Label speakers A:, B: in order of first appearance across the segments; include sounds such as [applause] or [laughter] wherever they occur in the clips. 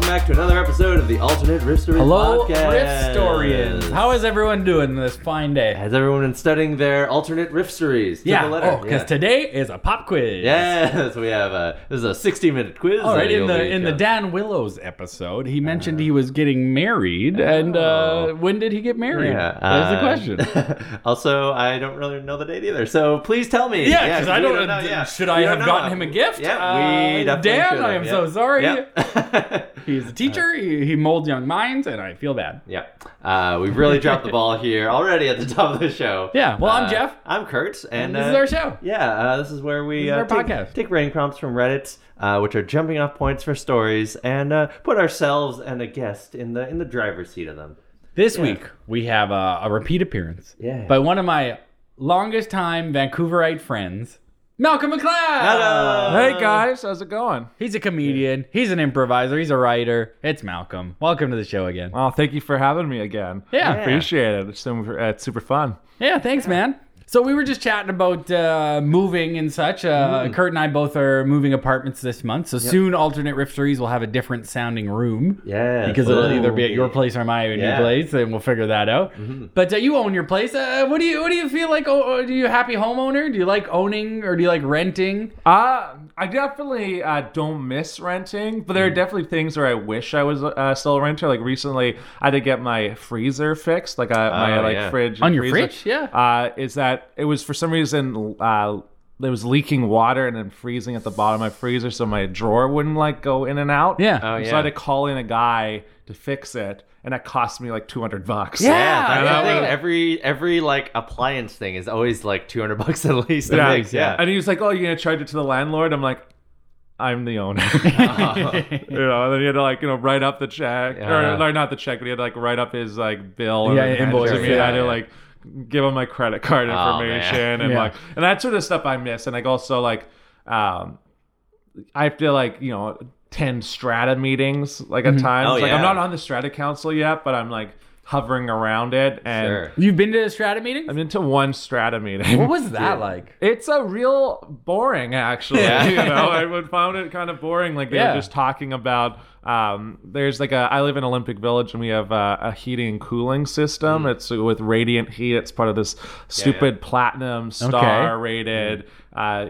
A: back to another episode of the Alternate Ripstory
B: Hello,
A: Podcast.
B: Ripstorians. How is everyone doing this fine day?
A: Has everyone been studying their alternate ripstories? To
B: Yeah,
A: the letter.
B: oh, because
A: yeah.
B: today is a pop quiz.
A: Yes, we have a this is a sixty minute quiz.
B: All Oh, right,
A: that
B: in
A: you'll
B: the
A: be-
B: in the Dan Willows episode, he mentioned
A: Uh-huh.
B: he was getting married, and uh, when did he get married?
A: Oh. Yeah,
B: That's the
A: uh,
B: question.
A: [laughs] also, I don't really know the date either, so please tell me.
B: Yeah, because I
A: we
B: don't.
A: know, yeah.
B: Should
A: We
B: I
A: don't
B: have
A: know.
B: gotten him a gift?
A: Yeah, we
B: Uh,
A: definitely
B: Dan,
A: should
B: I
A: have,
B: am
A: yeah.
B: so sorry.
A: Yeah. [laughs]
B: He's a teacher. He, he molds young minds, and I feel bad.
A: Yeah, uh, we've really dropped
B: [laughs]
A: the ball here already at the top of the show.
B: Yeah, well, I'm
A: Uh,
B: Jeff.
A: I'm Kurt, and
B: this is
A: uh,
B: our show.
A: Yeah, uh, this is where we
B: This is
A: uh,
B: our
A: take,
B: podcast.
A: take writing prompts from Reddit, uh, which are jumping off points for stories, and uh, put ourselves and a guest in the in the driver's seat of them.
B: This week we have a, a repeat appearance
A: Yeah.
B: by one of my longest time Vancouverite friends, Malcolm McLeod.
A: Hello.
B: Uh,
C: Hey guys, how's it going?
B: He's a comedian. He's an improviser. He's a writer. It's Malcolm. Welcome to the show again.
C: Well, thank you for having me again.
B: Yeah.
C: I appreciate it. It's super, uh, it's super fun.
B: Yeah, thanks, man. So we were just chatting about uh, moving and such. Uh, Kurt and I both are moving apartments this month, so soon alternate rifteries will have a different sounding room.
A: Yeah,
B: Because it'll either be at your place or my
A: Yeah.
B: new place, and we'll figure that out. But uh, you own your place. Uh, what do you What do you feel like? Oh, do you a happy homeowner? Do you like owning or do you like renting?
C: Uh, I definitely uh, don't miss renting, but there
B: Mm.
C: are definitely things where I wish I was uh, still a renter. Like recently, I had to get my freezer fixed, like uh, my
A: Oh,
C: like
A: yeah.
C: fridge
B: On
C: and
B: your
C: freezer.
B: fridge? Yeah.
C: Uh, is that it was for some reason uh, it was leaking water and then freezing at the bottom of my freezer, so my drawer wouldn't like go in and out.
B: Yeah.
A: Oh,
C: So
A: yeah.
C: I had to call in a guy to fix it, and that cost me like two hundred bucks.
B: Yeah,
A: Yeah, that's
B: yeah,
A: the thing.
B: yeah.
A: Every every like appliance thing is always like two hundred bucks at least. I
C: Yeah.
A: think. yeah.
C: And he was like, "Oh, you're gonna charge it to the landlord?" I'm like, "I'm the
A: [laughs]
C: owner."
B: [laughs]
C: you know, and then he had to like you know write up the check,
A: Yeah.
C: or, or not the check, but he had to like write up his like bill
B: Yeah,
C: and
B: invoice,
C: And
A: yeah,
C: I had to
A: yeah.
C: like give him my credit card
A: Oh, man.
C: information and
B: Yeah.
C: like and that sort of stuff I miss. And like also like um, I have to like you know attend strata meetings like at times.
A: Oh,
C: like
A: yeah.
C: I'm not on the strata council yet, but I'm like hovering around it and.
A: Sure.
B: You've been to a strata meeting?
C: I'm into one strata meeting.
B: what was that like?
C: It's a real boring, actually.
A: Yeah.
C: [laughs]
B: [laughs]
C: you know, I would found it kind of boring. Like they
B: Yeah.
C: were just talking about. Um, there's like a. I live in Olympic Village, and we have uh, a heating and cooling system.
B: Mm.
C: It's with radiant heat. It's part of this stupid platinum star rated. Uh,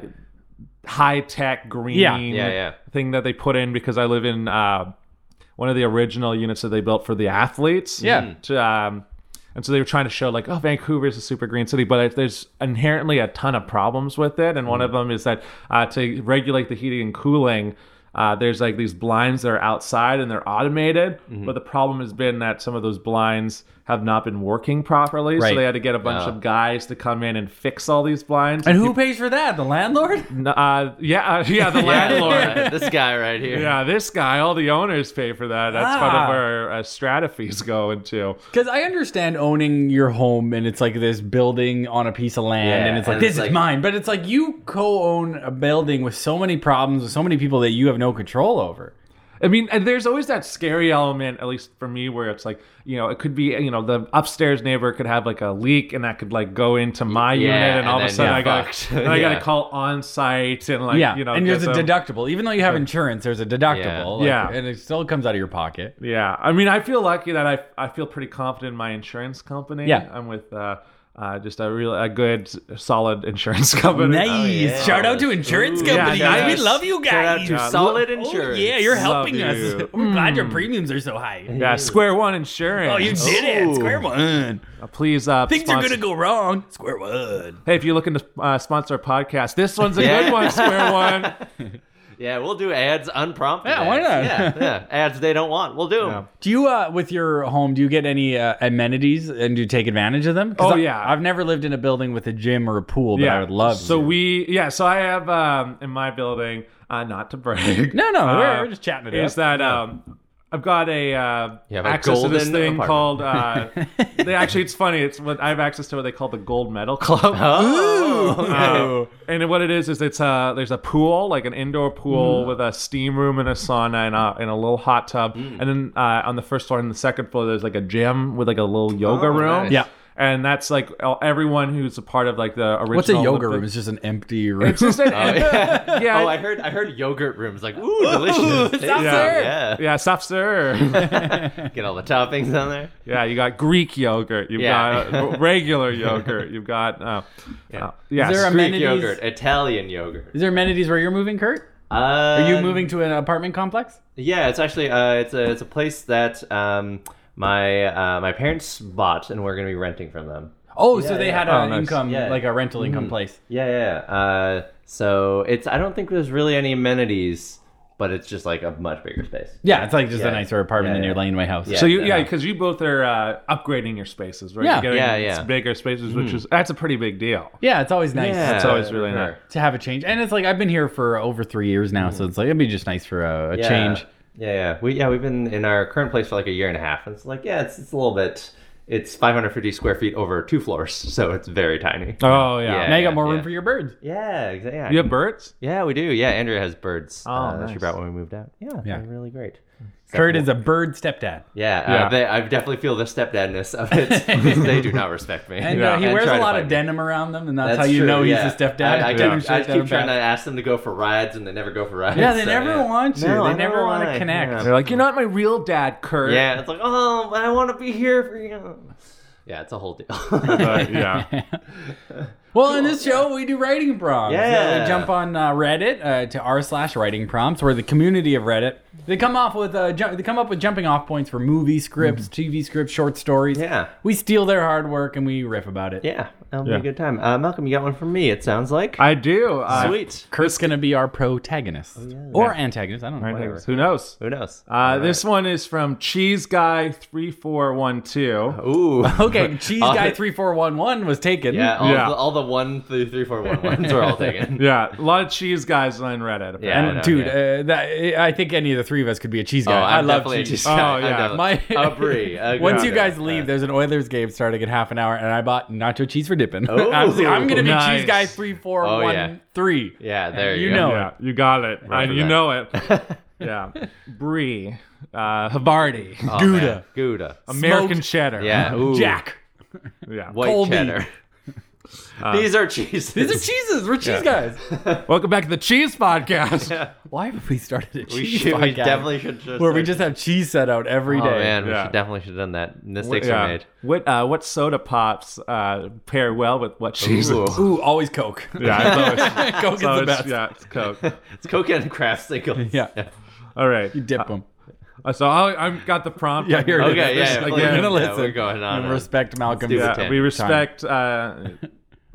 C: High tech green
B: Yeah.
A: Yeah, yeah.
C: thing that they put in because I live in uh, one of the original units that they built for the athletes.
B: Yeah.
C: To, um, and so they were trying to show like, oh, Vancouver is a super green city, but it, there's inherently a ton of problems with it,
B: Hmm.
C: and one of them is that uh, to regulate the heating and cooling. Uh, there's like these blinds that are outside and they're automated,
B: Mm-hmm.
C: but the problem has been that some of those blinds have not been working properly,
B: Right.
C: so they had to get a bunch
A: Yeah.
C: of guys to come in and fix all these blinds.
B: And who pays for that? The landlord? [laughs]
C: N- uh, yeah, uh, [laughs] yeah, the landlord.
A: Yeah, this guy right here.
C: [laughs] Yeah, this guy, all the owners pay for that. That's
B: Ah.
C: part of our uh, strata fees go into.
B: Because I understand owning your home and it's like this building on a piece of land
A: Yeah,
B: and it's like,
A: and
B: this
A: it's
B: is
A: like-
B: mine. But it's like you co own a building with so many problems, with so many people that you have no control over.
C: I mean, and there's always that scary element, at least for me, where it's like, you know, it could be, you know, the upstairs neighbor could have like a leak and that could like go into my
A: Yeah,
C: unit, and,
A: and
C: all of
A: then
C: a sudden
A: you're
C: I got,
A: fucked.
C: and [laughs] I got
A: Yeah.
C: to call on site and like,
B: yeah.
C: you know,
B: and there's
C: get
B: a
C: them-
B: deductible. Even though you have insurance, there's a deductible.
C: Yeah.
B: like,
C: Yeah.
B: And it still comes out of your pocket.
C: Yeah, I mean, I feel lucky that I I feel pretty confident in my insurance company.
B: Yeah.
C: I'm with uh, uh, just a real a good solid insurance [laughs] company.
B: Nice.
A: Oh, yeah.
B: Shout out to insurance
A: Ooh.
B: companies.
C: Yeah, nice.
B: We love you
A: Shout out
B: guys.
A: to
C: Yeah.
A: Solid
B: Oh,
A: Insurance. Mm.
B: yeah, you're
C: Love
B: helping us.
C: you.
B: [laughs] We're glad your premiums are so high.
C: Yeah, Square One Insurance.
B: Oh, you did
A: Ooh.
B: it. Square one.
C: Please, uh,
B: Things are
C: sponsor-
B: going to go wrong. Square one.
C: Hey, if you're looking to uh, sponsor a podcast, this one's a
A: Yeah.
C: good one, Square One.
A: Yeah, we'll do ads unprompted.
B: Yeah, why
A: ads. Yeah,
B: not?
A: yeah, ads they don't want. We'll do them.
C: Yeah.
B: Do you, uh, with your home, do you get any uh, amenities and do you take advantage of them? 'Cause
C: Oh,
B: I-
C: yeah.
B: I've never lived in a building with a gym or a pool, [laughs] but I would love
C: So
B: to.
C: we, yeah. So I have um, in my building, uh, not to brag.
B: No, no,
C: uh,
B: we're, we're just chatting it up.
C: Is that um, I've got a uh,
A: You have a
C: access to this
A: golden
C: thing
A: apartment.
C: called.
B: [laughs]
C: Uh, they actually, it's funny. It's what I have access to what they call the Gold Medal Club.
A: Oh,
C: Uh,
A: [laughs]
C: and what it is is it's uh there's a pool like an indoor pool
A: Mm.
C: with a steam room and a sauna and a, and a little
A: Mm.
C: hot tub and then uh, on the first floor and the second floor there's like a gym with like a little yoga
A: Oh,
C: room
A: nice.
B: Yeah.
C: and that's like el- everyone who's a part of like the original.
B: What's a yoga
C: Olympic-
B: room? It's just an empty room.
C: [laughs]
A: [laughs]
C: It's just
B: [laughs]
C: an, [laughs] yeah,
A: Oh, I heard I heard yogurt rooms like ooh delicious.
B: it's
A: Tasty.
B: up there.
A: yeah.
C: yeah, soft serve. [laughs]
A: Get all the toppings on there.
C: yeah, you got Greek yogurt. You've
A: Yeah. [laughs]
C: got uh, regular yogurt. You've got uh, yeah. Uh, yes.
B: there a-
A: Greek
B: Amenities.
A: yogurt, Italian yogurt.
B: Is there amenities where you're moving, Kurt?
A: Uh,
B: Are you moving to an apartment complex?
A: Yeah, it's actually uh, it's a it's a place that um, my uh, my parents bought, and we're gonna be renting from them.
B: Oh, so they
A: yeah.
B: had
C: Oh,
B: an
C: nice.
B: income,
A: Yeah. Mm-hmm.
B: like a rental income place.
A: Yeah, yeah. yeah. Uh, so it's I don't think there's really any amenities, but it's just like a much bigger space.
B: Yeah, it's like just a
A: Yeah.
B: nicer apartment
A: Yeah,
B: than your
A: yeah.
B: laneway house.
A: Yeah.
C: so you,
A: no.
C: yeah, because you both are uh, upgrading your spaces, right?
B: Yeah.
C: You're getting
A: Yeah, yeah. Mm-hmm.
C: Bigger spaces, which is that's a pretty big deal.
B: Yeah, it's always nice
A: Yeah,
C: That's always really
A: for
C: nice.
A: sure.
B: to have a change. And it's like I've been here for over three years now, so it's like it'd be just nice for a, a
A: Mm-hmm. Yeah.
B: change.
A: Yeah, yeah. We yeah we've been in our current place for like a year and a half, and it's like yeah, it's it's a little bit. It's 550 square feet over two floors, [laughs] so it's very tiny.
C: Oh yeah.
A: Yeah.
B: Now you got more room
A: yeah.
B: for your birds.
A: Yeah, exactly. Yeah,
C: You have birds?
A: yeah, we do. Yeah, Andrea has birds
C: Oh,
A: uh, that she
C: nice.
A: brought when we moved out. Yeah,
B: Yeah.
A: they're really great.
B: Kurt is a bird stepdad.
A: Yeah,
C: Yeah.
A: Uh, they, I definitely feel the stepdadness of
B: [laughs]
A: it. they do not respect me.
B: And uh, he wears a lot of denim around them, and that's,
A: That's
B: how you
A: true,
B: know
A: yeah.
B: he's a stepdad.
A: I, I
B: Put
A: keep,
B: him
A: I
B: straight
A: keep
B: down
A: trying to
B: back.
A: ask them to go for rides, and they never go for rides.
B: Yeah, they
A: so,
B: never want to.
A: No,
B: they
A: I
B: never
A: know
B: want to
A: why.
B: connect.
A: Yeah.
C: They're like, you're not my real dad, Kurt. [laughs]
A: Yeah, it's like, oh, I want to be here for you. Yeah, it's a whole deal.
C: But, yeah.
B: [laughs] Well, in this show, we do writing prompts.
A: Yeah.
B: we jump on uh, Reddit uh, to r slash writing prompts, or the community of Reddit. They come off with uh, ju- they come up with jumping off points for movie scripts, TV scripts, short
A: [laughs]
B: stories.
A: Mm-hmm. Yeah.
B: we steal their hard work and we riff about it.
A: yeah, that'll
C: Yeah.
A: be a good time. Uh, Malcolm, you got one from me. It sounds like
C: I do. Uh,
A: sweet.
B: Kurt's gonna be our protagonist or antagonist. I don't know. Whatever.
A: [laughs]
C: Who knows?
A: Who knows?
C: Uh, This one is from Cheese Guy three four one two.
A: Ooee.
B: [laughs]
A: Ooh.
B: Okay, cheese
A: All
B: guy
A: the-
B: three four one one was taken.
A: Uh, Yeah, oh, all,
C: Yeah.
A: The, all the one, three, three, four, one ones are all
B: [laughs]
A: taken.
C: Yeah, a lot of cheese guys on Reddit.
A: Yeah.
B: and
A: I know,
B: dude,
A: yeah.
B: uh, that I think any of the three of us could be a cheese
A: Oh,
B: guy.
A: I'm
B: love
A: definitely [laughs]
B: cheese.
A: just- I'm
C: yeah.
A: definitely-
B: My
A: a
B: [laughs]
A: brie. a
B: Once
A: good
B: you
A: one.
B: guys leave, there's an Oilers game starting in half an hour, and I bought nacho cheese for dipping. [laughs]
A: Oh,
B: I was like, I'm gonna be
C: nice.
B: cheese guy three four one three.
A: Oh, yeah. yeah, there you,
B: You
A: go.
B: know.
C: Yeah, you got it.
A: Right
C: I,
A: for
C: you
A: that.
C: know it.
A: [laughs]
C: yeah, Brie, uh, Havarti,
A: Oh,
B: Gouda.
A: man. Gouda.
C: American
B: Smoked-
C: cheddar.
A: Yeah. Ooh. [laughs]
B: Jack.
C: yeah.
A: White
B: Colby. [laughs]
A: cheddar. These are cheeses.
B: These are cheeses. We're cheese guys.
C: Welcome back to the Cheese Podcast.
B: Why have we started a cheese
A: [laughs] we, should,
B: podcast
A: we definitely should just.
B: where we just have cheese set out every
A: Oh
B: day?
A: man, we
C: Yeah.
A: should definitely should have done that. Mistakes
C: Yeah.
A: are made. [laughs]
C: What uh, what soda pops uh, pair well with what cheese?
A: Ooh.
B: Ooh, always Coke.
C: Yeah, it's always, Oh,
B: [laughs]
C: it's
B: Coke is the
C: always-
B: best.
C: yeah, it's Coke.
A: It's Coke and Kraft singles. [laughs]
B: Yeah.
C: All right.
B: You dip them.
C: Uh, so I, I've got the prompt.
B: Yeah, here it is.
A: Okay,
B: This
A: yeah,
B: is like,
A: please.
B: we're gonna
A: Yeah,
B: listen.
A: we're going on
B: And
A: it.
B: respect Malcolm's
A: do
C: Yeah,
A: Ten.
C: we respect. Uh,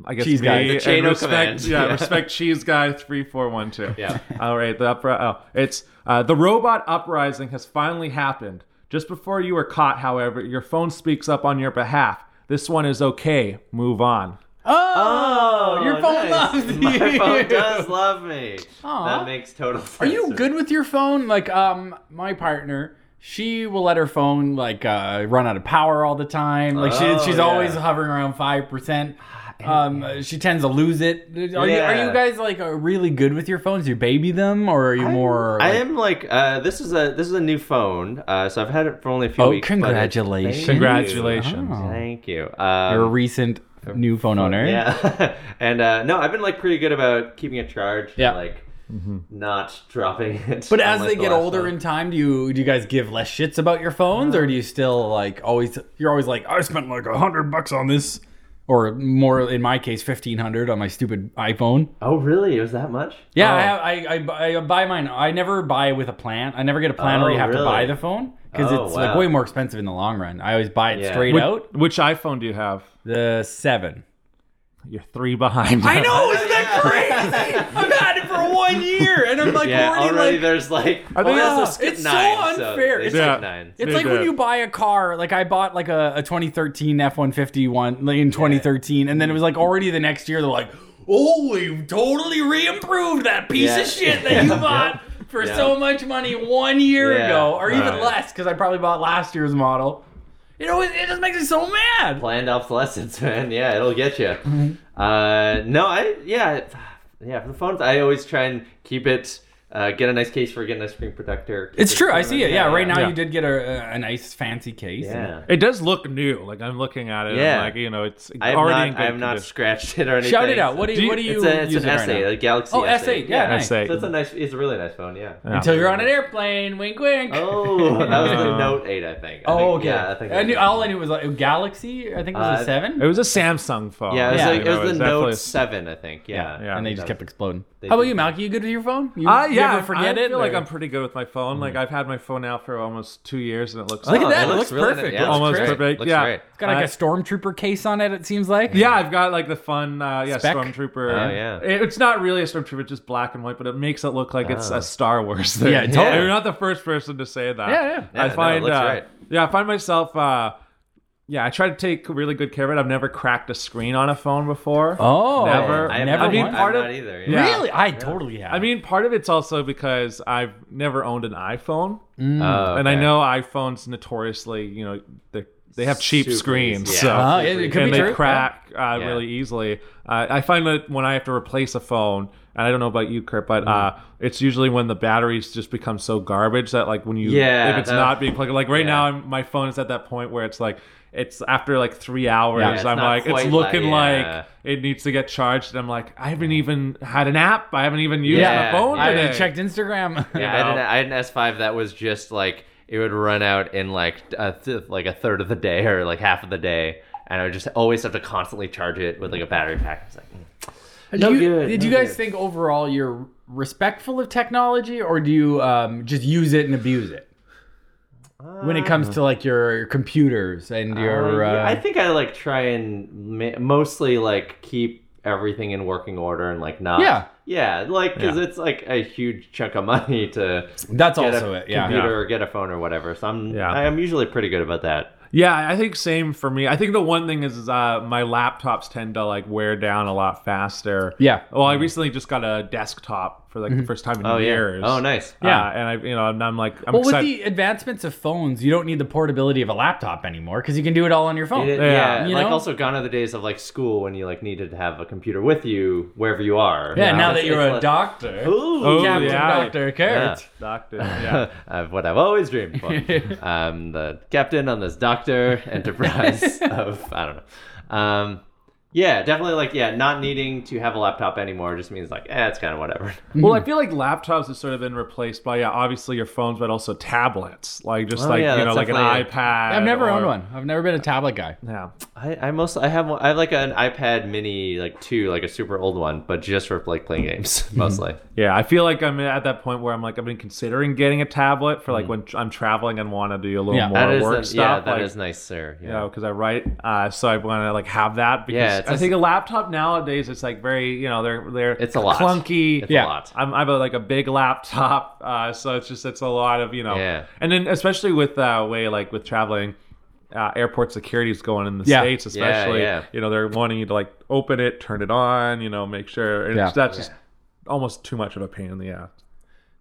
C: I guess
B: Cheese
C: me
B: guy. The
A: chain
C: and
A: of
C: respect,
A: command.
C: yeah,
A: Yeah.
C: respect cheese guy three four one two.
A: Yeah.
C: [laughs] All right. The upri- oh, it's uh, the robot uprising has finally happened. Just before you are caught, however, your phone speaks up on your behalf. This one is okay. Move on.
B: Oh, your phone
A: [laughs]
B: loves
A: My
B: you.
A: phone does love me.
B: Aw.
A: That makes total sense.
B: [laughs] Are you good with your phone? Like, um, my partner, she will let her phone like uh, run out of power all the time. Like,
A: Oh,
B: she, she's
A: yeah. Ah,
B: always hovering around five percent. Um, she tends to lose it. Are you are
A: Yeah.
B: you guys like are really good with your phones? You baby them, or are you more?
A: I
B: like-
A: am like uh, this is a this is a new phone, uh, so I've had it for only a few
B: Oh,
A: weeks. but it-
B: congratulations!
A: Thank you.
C: Congratulations.
B: Oh.
A: Thank you.
B: You're a
A: Um,
B: recent new phone owner.
A: Yeah, [laughs] and uh, no, I've been like pretty good about keeping it charged. Yeah,
B: Yeah. Mm-hmm.
A: like not dropping it.
B: But
A: unlike
B: as they
A: the
B: get
A: last
B: older
A: one.
B: in time, do you do you guys give less shits about your phones, or do you still like always? You're always like, I spent like a hundred bucks on this, or more in my case, fifteen hundred on my stupid iPhone.
A: oh really? It was that much?
B: Yeah,
C: Oh.
B: I, have, I, I bu- I buy mine. I never buy with a plan. I never get a plan where
A: Oh,
B: you have to
A: really?
B: buy the phone because
A: Oh,
B: it's like
A: wow.
B: way more expensive in the long run. I always buy it
A: Yeah.
B: straight
C: Which,
B: out.
C: which iPhone do you have?
B: The seven.
C: You're three behind. [laughs]
B: I know, isn't [laughs] that crazy? I've had it for one year, and I'm like
A: Yeah,
B: already,
A: already
B: like
A: there's like
C: I think
A: well, they also
B: it's-
A: skipped
B: it's so
A: nine,
B: unfair.
A: they
B: It's
A: skipped
C: like-
A: nine.
B: It's
C: They
B: like when
C: did.
B: you buy a car. Like I bought like a, a 2013 F150 one like, in 2013, and then it was like already the next year. They're like, "Oh, we've totally re-improved that piece
A: Yeah.
B: of
A: [laughs]
B: shit that you bought for
A: Yeah.
B: so much money one year
A: Yeah.
B: ago, or even
C: Right.
B: less, because I probably bought last year's model." It always it just makes me so mad.
A: Planned obsolescence, [laughs] man. Yeah, it'll get you.
B: Mm-hmm.
A: Uh, no, I yeah, yeah. For the phones, I always try and keep it Uh, get a nice case for getting a screen protector. Keep
B: It's true. I see it. Yeah, right now
C: yeah.
B: you did get a, a, a nice fancy case.
A: Yeah.
C: It does look new. Like I'm looking at it.
A: Yeah.
C: I'm like you know, it's
A: I have
C: already in
A: not,
C: good
A: I have not
C: condition.
A: scratched it or anything.
B: Shout it out. What do you,
C: Do you-
B: what do you
A: It's, a, it's
B: use
A: an
B: it right
A: essay,
B: now?
A: a Galaxy
B: Oh,
A: essay.
B: S8, yeah, nice.
C: Essay.
A: So it's a nice, it's a really nice phone, yeah.
C: Yeah.
B: Until you're on an airplane, wink, wink.
A: Oh, that was the
B: [laughs]
C: Uh,
A: Note 8, I think. I
B: Oh,
A: think-
B: okay.
A: Yeah, I think.
B: knew, all I knew was like Galaxy. I think it was
A: Uh,
B: a seven,
C: It was a Samsung phone.
A: Yeah, it was,
B: Yeah.
A: like,
C: You
A: it
C: know,
A: was
C: it's
A: the Note
C: definitely-
A: 7, I think. Yeah.
C: Yeah.
B: and they just kept exploding.
A: They
B: How about
A: did.
B: you, Malky? You good with your phone? You,
C: Uh,
B: you
C: yeah,
B: ever forget
C: I,
B: it.
C: I feel like Hmm.
B: or-
C: I'm pretty good with my phone. Like I've had my phone out for almost two years, and it looks
B: Look at
A: Oh,
B: that.
A: it
B: It
A: looks
B: looks
A: really-
B: perfect.
A: yeah,
B: It looks
C: almost
B: great.
A: great.
C: perfect.
A: Looks
C: yeah,
A: great.
B: It's got like
C: I-
B: a stormtrooper case on it. It seems like.
C: Yeah, I've got like the fun, uh, yeah,
B: Spec?
C: stormtrooper.
A: Oh, yeah.
C: It- it's not really a stormtrooper, it's just black and white, but it makes it look like it's
A: Oh.
C: a Star Wars thing.
B: Yeah, totally.
C: You're not the first person to say that.
B: Yeah, yeah.
A: Yeah, no,
C: I
A: it
C: find,
A: looks
C: uh,
A: right.
C: yeah, I find myself. Uh, yeah, I try to take really good care of it. I've never cracked a screen on a phone before.
B: Oh,
C: Never.
A: I have
B: never
A: not,
C: I mean,
A: I've
B: once.
C: part of-
A: not either.
C: Yeah.
B: Really? I totally have.
C: I mean, part of it's also because I've never owned an iPhone,
A: Oh,
C: Mm. and I
A: okay.
C: know iPhones notoriously, you know, they they have cheap
A: Super
C: screens,
A: easy.
C: so
A: Yeah.
B: Uh, it, it could
C: and
B: be
C: they
B: true.
C: crack uh, really easily. Uh, I find that when I have to replace a phone, and I don't know about you, Kurt, but
A: Mm-hmm.
C: uh, it's usually when the batteries just become so garbage that like when you
A: Yeah,
C: if it's
A: that-
C: not being plugged like right
A: yeah.
C: now, I'm, my phone is at that point where it's like it's after like three hours.
A: Yeah, it's
C: I'm
A: not
C: like it's
A: quite
C: looking
A: like-
C: like,
A: yeah.
C: it needs to get charged, and I'm like I haven't even had an app. I haven't even used
B: Yeah.
C: my phone
B: I
C: today.
B: haven't checked Instagram.
A: Yeah, I, had an, I had an S5 that was just like it would run out in like a th- like a third of the day or like half of the day, and I would just always have to constantly charge it with like a battery pack. It's like, mm. No
B: do you,
A: good,
B: Did
A: no
B: you guys
A: good.
B: think overall you're respectful of technology, or do you um, just use it and abuse it? When it comes to like your, your computers and your,
A: Uh,
B: uh,
A: yeah, I think I like try and ma- mostly like keep everything in working order and like not
B: Yeah.
A: yeah like because
C: Yeah.
A: it's like a huge chunk of money [laughs] to
B: that's
A: get
B: also
A: a
B: it. Yeah,
A: computer or get a phone or whatever. So I'm
C: Yeah.
A: I'm usually pretty good about that.
C: Yeah, I think same for me. I think the one thing is, is uh, my laptops tend to like wear down a lot faster.
B: Yeah.
C: Well, I recently just got a desktop for like the first time in
A: Oh
C: years.
A: yeah. Oh nice.
C: Yeah,
B: Yeah.
C: and I, you know, and I'm like, I'm
B: Well, with
C: excited.
B: the advancements of phones, you don't need the portability of a laptop anymore because you can do it all on your phone.
A: It-
C: Yeah.
A: yeah,
B: You
A: like
B: know?
A: also gone are the days of like school when you like needed to have a computer with you wherever you are.
B: yeah, now
A: It's-
B: that you're
A: it's
B: a
A: less-
B: doctor,
A: Ooh,
C: Oh,
B: Captain
C: yeah.
B: Doctor Kurt.
A: [laughs]
C: Doctor. Yeah.
A: of what I've always dreamed [laughs] for. I'm the captain on this doctor [laughs] enterprise of I don't know. Um, yeah, definitely like yeah, not needing to have a laptop anymore just means like eh, it's kind of whatever. [laughs]
C: well, I feel like laptops have sort of been replaced by yeah, obviously your phones, but also tablets, like just
A: Oh,
C: like
A: yeah,
C: you know,
A: that's
C: like an
A: definitely-
C: iPad.
B: I've never
C: or-
B: owned one. I've never been a tablet guy.
C: Yeah.
A: I I most I have one, I have like an iPad Mini like two like a super old one, but just for like playing [laughs] games mostly.
C: Yeah, I feel like I'm at that point where I'm like I've been considering getting a tablet for like when tr- I'm traveling and want to do a little
B: Yeah.
C: more
A: That is
C: work
A: a- Mm. yeah,
C: stuff.
A: that
C: like,
A: is nice, sir.
C: you know, because I write, uh, so I want to like have that. Because
A: Yeah, it's
C: I
A: a-
C: think a laptop nowadays it's like very, you know, they're they're
A: It's a lot.
C: clunky.
A: It's
B: Yeah.
A: a lot.
C: I'm I have a, like a big laptop, [laughs] uh, so it's just it's a lot of you know,
A: Yeah.
C: and then especially with uh, way like with traveling. Uh, airport security is going in the
B: Yeah.
C: states,
A: Yeah,
C: especially.
A: yeah.
C: You know, they're wanting you to like open it, turn it on. You know, make sure. And
B: Yeah.
C: it's, that's just almost too much of a pain in the ass.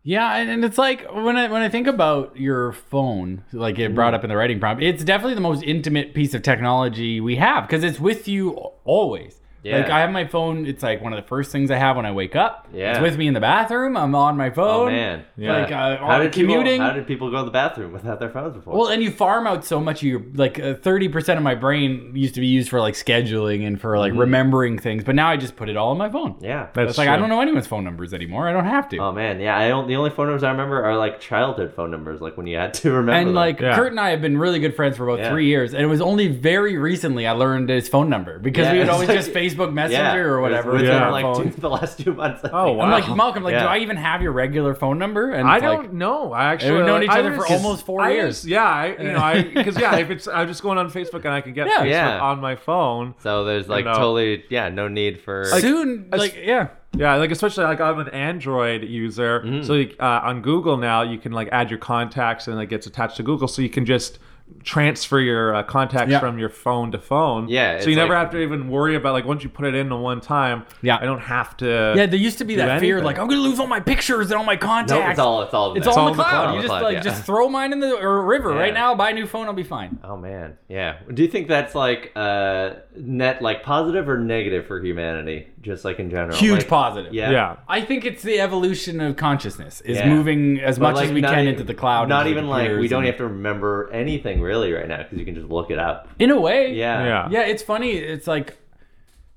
B: Yeah, and, and it's like when I when I think about your phone, like it brought up in the writing prompt, it's definitely the most intimate piece of technology we have because it's with you always.
A: Yeah.
B: Like I have my phone; it's like one of the first things I have when I wake up.
A: Yeah.
B: it's with me in the bathroom. I'm on my phone.
A: Oh man,
C: Yeah.
B: Like, uh,
A: how did
B: commuting-
A: People, how did people go to the bathroom without their phones before?
B: Well, and you farm out so much of your like uh, thirty percent of my brain used to be used for like scheduling and for like remembering things, but now I just put it all in my phone.
A: Mm-hmm. yeah.
B: it's like I don't know anyone's phone numbers anymore. I don't have to.
A: Oh man, yeah. I don't, the only phone numbers I remember are like childhood phone numbers, like when you had to [laughs] remember.
B: and
A: them.
B: like
C: Yeah.
B: Kurt and I have been really good friends for about
A: Yeah.
B: three years, and it was only very recently I learned his phone number because
A: Yeah,
B: we would
A: it's [laughs]
B: always
A: like-
B: just Facebook Messenger
A: yeah,
B: or
A: it was
B: whatever.
A: within
B: with our
A: like two, [laughs]
B: phones.
A: the last two months. I think.
C: Oh, wow.
B: I'm like Malcolm, like,
A: Yeah.
B: do I even have your regular phone number? And
C: I
B: it's like,
C: don't know. I actually
B: We've known each
C: like, I
B: other
C: was
B: for
C: just-
B: almost four
C: I
B: years.
C: was- yeah, I, you know, I
B: [laughs]
C: because yeah, if it's I'm just going on Facebook and I can get
B: Yeah.
C: Facebook
A: Yeah.
C: on my phone.
A: So there's like
C: know.
A: totally yeah, no need for
B: soon, like, yeah,
C: Yeah, like especially like I'm an Android user, so
A: Mm.
C: like, uh, on Google now you can like add your contacts and it gets attached to Google, so you can just transfer your uh, contacts
B: Yeah.
C: from your phone to phone.
A: Yeah,
C: so you
A: it's
C: never
A: like-
C: have to even worry about like once you put it in the one time.
B: Yeah.
C: I don't have to.
B: yeah. There used to be that fear,
C: anything.
B: like, I'm gonna lose all my pictures and all my contacts.
A: no, it's all it's all
B: It's
A: there.
B: all in the cloud.
A: It's
B: You
A: all
B: just
A: in the
B: like
A: cloud, yeah.
B: just throw mine in the or river
A: Yeah.
B: right now. Buy a new phone, I'll be fine.
A: Oh man, yeah. Do you think that's like uh, net like positive or negative for humanity? just like in general.
B: Huge
A: Like,
B: positive.
A: Yeah.
C: yeah.
B: I think it's the evolution of consciousness is
A: Yeah.
B: moving as
A: But,
B: much
A: like,
B: as we
A: not
B: can
A: even-
B: into the cloud.
A: Not
B: into the
A: even like we
B: computers
A: don't
B: and-
A: have to remember anything really right now because you can just look it up.
B: in a way.
A: e-, Yeah.
C: Yeah.
B: Yeah, it's funny. It's like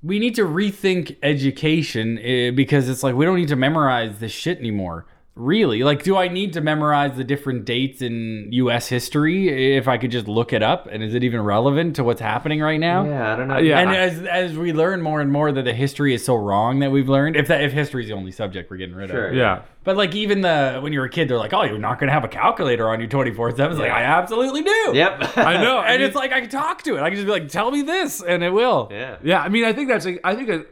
B: we need to rethink education eh, because it's like we don't need to memorize this shit anymore. Really? Like, do I need to memorize the different dates in U.S. history if I could just look it up? And is it even relevant to what's happening right now?
A: Yeah. I don't know.
C: yeah.
B: And as as we learn more and more that the history is so wrong that we've learned, if that if history is the only subject we're getting rid
A: Sure.
B: of,
C: Yeah.
B: but like even the when you're a kid, they're like, oh, you're not gonna have a calculator on you twenty four seven. It's like I absolutely do.
A: Yep. [laughs]
C: I know.
B: And it's like I can talk to it. I can just be like, tell me this, and it will.
A: yeah.
C: [laughs] Yeah, I mean, I think that's. A, I think a,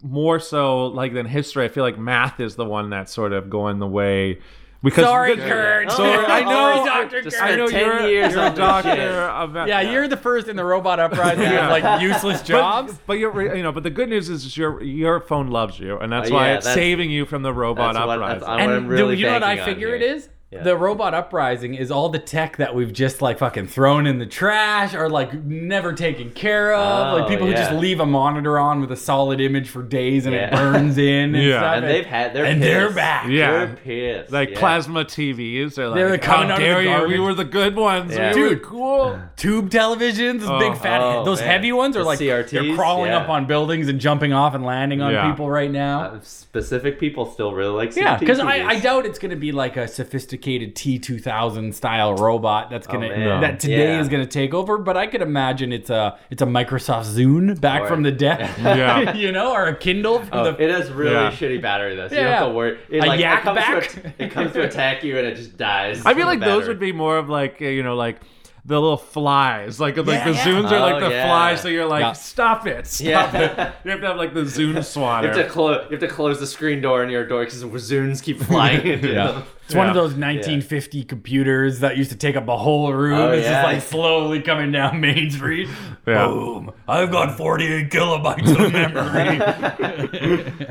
C: more so like than history. I feel like math is the one that's sort of going the way. Because
B: Sorry,
C: because-
B: Kurt.
A: Oh,
C: Sorry,
A: [laughs]
C: I
B: [laughs] Sorry,
C: know.
B: Dr.
A: Just
B: Kurt.
C: I know
A: Ten
C: you're,
A: years
C: you're a
A: on this shit.
C: doctor of math.
B: Yeah, you're the first in the robot uprising of
C: Yeah.
B: like useless jobs.
C: But, but you're, you know, but the good news is your your phone loves you, and that's
A: Uh,
C: why
A: yeah,
C: it's
A: that's-
C: saving you from the robot
A: that's what-
C: uprising.
A: that's- I'm-
B: and
A: what really
B: do you know what I
A: banking on here.
B: figure it is?
A: Yeah.
B: The robot uprising is all the tech that we've just like fucking thrown in the trash or like never taken care of.
A: Oh,
B: like people who just
A: yeah.
B: leave a monitor on with a solid image for days and it
A: Yeah. [laughs]
B: burns in. And
C: Yeah.
B: stuff.
A: And they've had. They're
B: and
A: pissed.
B: they're back.
C: Yeah.
A: They're pissed.
C: like
A: yeah.
C: plasma TVs, they're like,
B: They're coming
C: how
B: out of the
C: dare you?
B: garbage."
C: We were the good ones.
A: Yeah.
C: We were
B: Dude.
C: cool.
B: Tube televisions, those big fat,
A: oh,
B: those
A: man.
B: heavy ones are
A: The
B: like they're
A: CRTs,
B: crawling
A: yeah.
B: up on buildings and jumping off and landing on
C: Yeah.
B: people right now.
A: Uh, specific people still really like.
B: Yeah, because I,
A: CTVs.
B: I doubt it's going to be like a sophisticated T two thousand style robot that's going to
A: Oh, man. No.
B: that today
A: Yeah.
B: is going to take over. But I could imagine it's a it's a Microsoft Zune back
A: Or-
B: from the death, [laughs]
C: Yeah.
B: you know, or a Kindle from
A: Oh,
B: the
A: it has really
C: Yeah.
A: shitty battery though. So you
B: Yeah.
A: don't have to worry. It,
B: A
A: like,
B: yak
A: it comes
B: back?
A: To, at- it comes to attack you and it just dies.
C: I feel like those would be more of like uh, you know like the little flies, like like the
B: yeah.
C: zooms are
A: Oh,
C: like the
A: yeah.
C: flies. So you're like,
B: Yeah.
C: stop it, stop
A: Yeah.
C: it. You have to have like
A: [laughs]
C: the zoom
A: You have, to
C: swatter.
A: close, you have to close the screen door in your door because zooms
C: [laughs]
A: keep flying into them.
B: It's one of
C: Yeah.
B: those 1950 computers that used to take up a whole room.
A: Oh,
B: it's
A: yeah.
B: just like slowly coming down Main Street.
C: [laughs] Yeah.
B: Boom! I've got 48 kilobytes of memory.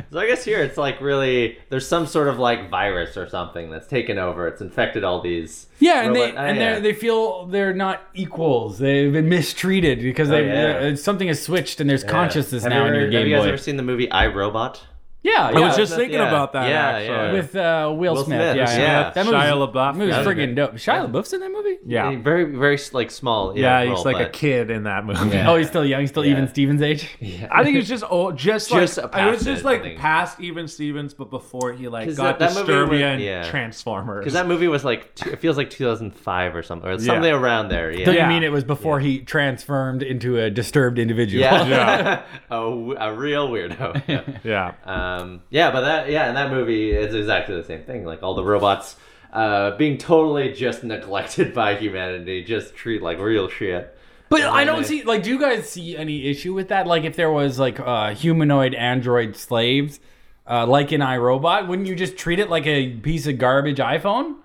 A: [laughs] So I guess here it's like really there's some sort of like virus or something that's taken over. It's infected all these.
B: yeah, and they
A: robot- oh,
B: and
A: yeah.
B: they're they feel they're not equals. They've been mistreated because they
A: Oh, yeah.
B: uh, something has switched and there's consciousness
A: Have
B: now
A: you
B: in
A: ever-
B: your Game
A: Have you guys
B: Boy.
A: ever seen the movie iRobot?
B: Yeah,
C: I was just
A: Yeah.
C: thinking about that.
A: Yeah,
C: actually.
A: yeah.
B: with uh, Will,
A: Will
B: Smith.
A: Smith,
B: Yeah,
A: yeah.
B: that movie's,
C: [laughs] Shia LaBeouf.
B: movie's
C: Yeah.
B: friggin' dope. Shia LaBeouf's in that movie.
C: Yeah.
A: very very like small.
C: Yeah,
A: role,
C: he's like a
A: but-
C: kid in that movie.
B: Oh, he's still young. He's still even Stevens age.
C: I think it's just old, just,
A: Just
C: like
A: a
C: it was
A: past
C: just
A: it, I
C: like
A: think.
C: past even Stevens, but before he like
A: 'Cause
C: got
A: that- that movie
C: Disturbia
A: went-
C: and
A: yeah.
C: Transformers.
A: Because that movie was like t- it feels like 2005 or something or something around there. Yeah.
B: Don't
C: Yeah.
B: you mean it was before he transformed into a disturbed individual?
A: Yeah.
C: [laughs] Yeah.
A: [laughs] a, w- a real weirdo. [laughs] Yeah.
C: yeah,
A: um, yeah, but that, yeah, in that movie, it's exactly the same thing. Like all the robots uh, being totally just neglected by humanity, just treat like real shit.
B: [laughs] But I don't
A: they-
B: see like. Do you guys see any issue with that? Like, if there was like uh, humanoid android slaves, uh, like in iRobot, wouldn't you just treat it like a piece of garbage iPhone?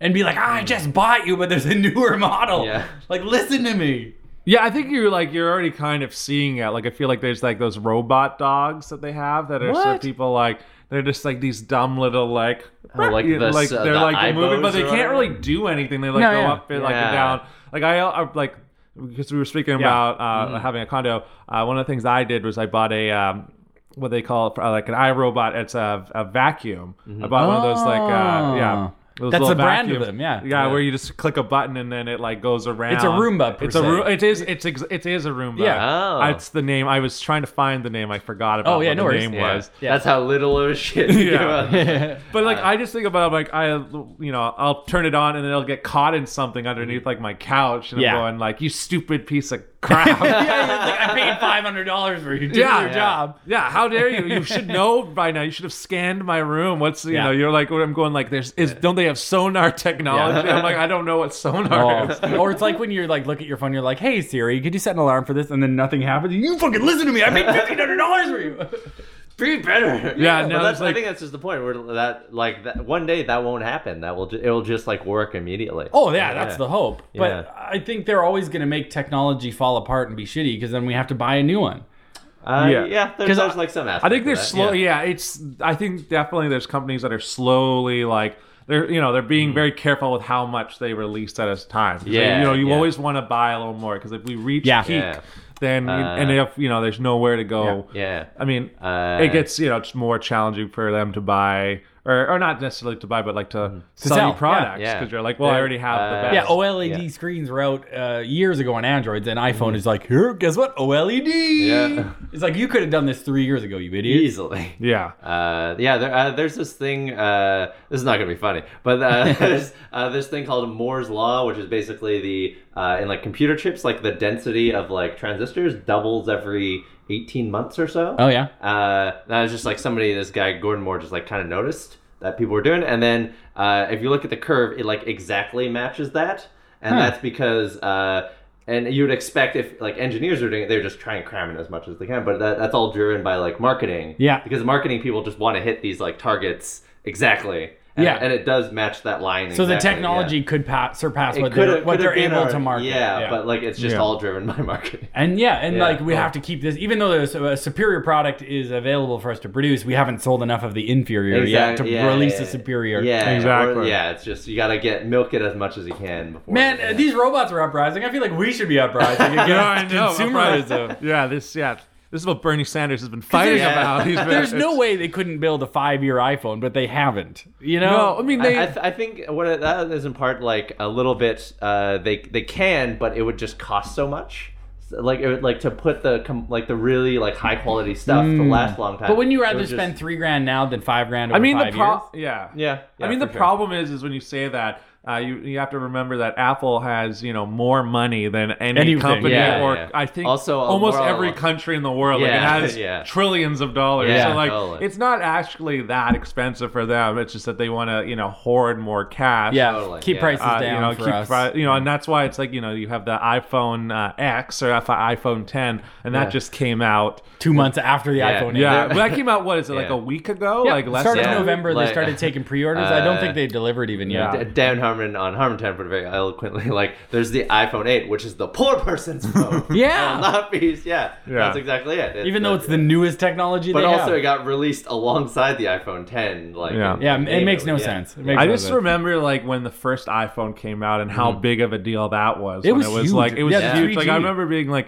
B: And be like, "Ah, I just bought you, but there's a [laughs] newer model.
A: Yeah.
B: Like, listen to me.
C: yeah. I think you're like you're already kind of seeing it. Like I feel like there's like those robot dogs that they have that are so
B: What?
C: people like they're just like these dumb little like
A: Oh, like
C: you know,
A: the
C: like
A: s- uh,
C: they're
A: the
C: like moving,
A: eyebrows
C: but they
A: or
C: can't
A: whatever?
C: really do anything. They like
B: No,
C: go
B: yeah.
C: up and like
A: Yeah.
C: and down. Like I, I like because we were speaking about
A: Mm.
C: uh, having a condo. Uh, one of the things I did was I bought a. Um, what they call it, uh, like an iRobot, it's a, a vacuum.
A: Mm-hmm.
C: I bought one of those, like, uh, yeah,
B: Oh.
C: those
B: That's
C: little
B: the brand of
C: vacuums.
B: them, yeah.
C: yeah, where you just click a button and then it like goes around.
B: Roomba, per
C: It's a
B: se.
C: roo- it is it's ex- it is a Roomba.
A: Yeah. Oh.
C: it's the name. I was trying to find the name. I forgot about.
B: Oh, yeah,
C: what
B: no
C: the
B: worries.
C: name
A: Yeah.
C: was.
A: That's how little of a shit. you
C: [laughs] Yeah.
A: give
C: But like
B: Uh,
C: I just think about like I you know I'll turn it on and it'll get caught in something underneath like my couch and
B: Yeah.
C: I'm going like you stupid piece of
B: [laughs]
C: crap.
B: Yeah, it's like I paid five hundred dollars for you. Do
C: Yeah.
B: your
C: Yeah.
B: job.
C: [laughs] yeah, how dare you? You should know by now. You should have scanned my room. What's you
B: Yeah.
C: know you're like I'm going like there's is don't they have sonar technology? I'm like I don't
B: [laughs]
C: know what
A: Oh.
C: sonar is.
B: or it's like when you're like look at your phone, you're like, "Hey Siri, could you set an alarm for this?" And then nothing happens. You fucking listen to me. I paid fifteen hundred dollars for you. [laughs]
A: Be better.
C: Yeah,
A: But
C: no,
A: that's,
C: it's like-
A: I think that's just the point. Where that like that, one day that won't happen. That will ju- it will just like work immediately.
B: Oh yeah, that's the hope. But
A: Yeah.
B: I think they're always going to make technology fall apart and be shitty because then we have to buy a new one.
A: uh,
C: Yeah.
A: yeah. there's,
B: 'Cause I-
A: there's like some aspect.
C: I think they're
A: to that.
C: slow. e-, Yeah. it's. I think definitely there's companies that are slowly like they're you know they're being very careful with how much they release at a time. 'Cause they-
A: Yeah,
C: you know you
A: yeah.
C: always want to buy a little more because if we reach
B: Yeah.
C: peak,
A: Yeah.
C: then and if you know there's nowhere to go,
A: Yeah.
C: I mean,
A: Uh,
C: it gets you know it's more challenging for them to buy or, or not necessarily to buy, but like to, sell,
B: sell,
C: you
B: yeah,
C: products
A: yeah.
C: because you're like, well, I already have
A: Uh,
C: the best.
B: Yeah, oh,
A: Yes.
B: OLED
A: Yeah. Mm-hmm.
B: screens were out uh, years ago on Androids, and iPhone is like, here, guess what? OLED.
A: Yeah.
B: It's like you could have done this three years ago, you idiot.
A: Easily.
C: yeah.
A: Uh, yeah, there, uh, there's this thing. Uh, this is not gonna be funny, but
C: [laughs]
A: uh, there's uh, this thing called Moore's law, which is basically the uh, in like computer chips, like the density of like transistors doubles every 18 months or so.
B: Oh yeah.
A: Uh, that was just like somebody, this guy Gordon Moore, just like kind of noticed that people were doing, and then uh, if you look at the curve, it like exactly matches that, and
B: Huh.
A: that's because. Uh, and you'd expect if like engineers are doing it, they're just trying to cram in as much as they can. But that, that's all driven by like marketing.
B: Yeah.
A: Because marketing people just want to hit these like targets exactly. And,
B: Yeah.
A: And it does match that line.
B: So
A: exactly,
B: the
A: yeah.
B: technology could pa- surpass
A: It
B: what
A: could've-
B: they're, what
A: could've
B: they're
A: been
B: able
A: our-
B: to market.
A: Yeah, But like it's just
C: Yeah.
A: all driven by [laughs] marketing.
B: and yeah, and
A: Yeah.
B: like we
A: Oh.
B: have to keep this, even though there's a superior product is available for us to produce, we haven't sold enough of the inferior yet to
A: Exact- yeah,
B: release
A: yeah,
B: the
A: yeah.
B: superior.
A: Yeah, or-
C: Exactly.
A: yeah, it's just you gotta get milk it as much as you can before.
B: Man,
A: yeah.
B: uh, these robots are uprising. I feel like we should be
C: [laughs]
B: uprising against consumerism.
C: yeah, this yeah, this is what Bernie Sanders has been fighting
A: there's-
C: about. He's been-
B: There's
C: it's-
B: no way they couldn't build a five-year iPhone, but they haven't. You know?
C: No, I mean they.
A: I, I, th- I think what it, that is in part like a little bit. Uh, they they can, but it would just cost so much. So, Like it would, like to put the com- like the really like high quality stuff to last a long time.
B: But wouldn't you
A: It
B: rather
A: would just-
B: spend three grand now than five grand? Over
C: I mean the
B: five years?
C: pro- yeah.
A: Yeah, yeah,
C: I mean
A: for
C: the
A: sure.
C: problem is is when you say that. Uh, you you have to remember that Apple has you know more money than any
B: Anything.
C: company
A: Yeah,
C: or
A: yeah.
C: I think
A: Also, a
C: almost
A: world-
C: every country in the world like
A: Yeah,
C: it
A: [laughs]
C: has
A: yeah.
C: trillions of dollars
A: Yeah,
C: so like
A: totally.
C: it's not actually that expensive for them it's just that they want to you know hoard more cash
B: Yeah,
A: Totally,
B: keep
A: yeah.
B: prices
C: uh,
B: down
C: you know,
B: for
C: keep
B: us.
C: pri- you know, and that's why it's like you know you have the iPhone uh, X or F- iPhone 10, and that
A: Yeah.
C: just came out.
B: Two months after the
A: Yeah.
B: iPhone. eight.
C: Yeah,
A: Yeah.
C: but that came out. What is it
A: [laughs]
C: like
A: Yeah.
C: a week ago?
B: Yeah,
C: like less
B: started
C: than
A: Yeah.
B: in November.
A: Like-
B: they started taking pre-orders. I don't think
A: Uh,
B: they delivered even yet.
C: yeah.
A: D- Dan Harmon on Harmon Town put it very eloquently. [laughs] Like, there's the iPhone 8, which is the poor person's [laughs] phone.
B: Yeah.
A: Will not be. Yeah, that's exactly it. It-
B: Even though
A: that's-
B: it's the newest technology,
A: but
B: they
A: also it
B: have.
A: got released alongside the iPhone 10. Like,
C: Yeah.
A: in-
B: yeah,
A: in
B: it makes
A: April,
B: no
A: yeah.
B: sense. It makes
C: I
B: no
C: just
B: sense.
C: remember like when the first iPhone came out and how big of a deal that was.
B: Mm-hmm. It
C: when
B: was
C: it was
B: huge.
C: like it was
B: Yeah, the
C: huge. Like
B: 3G.
C: I remember being like,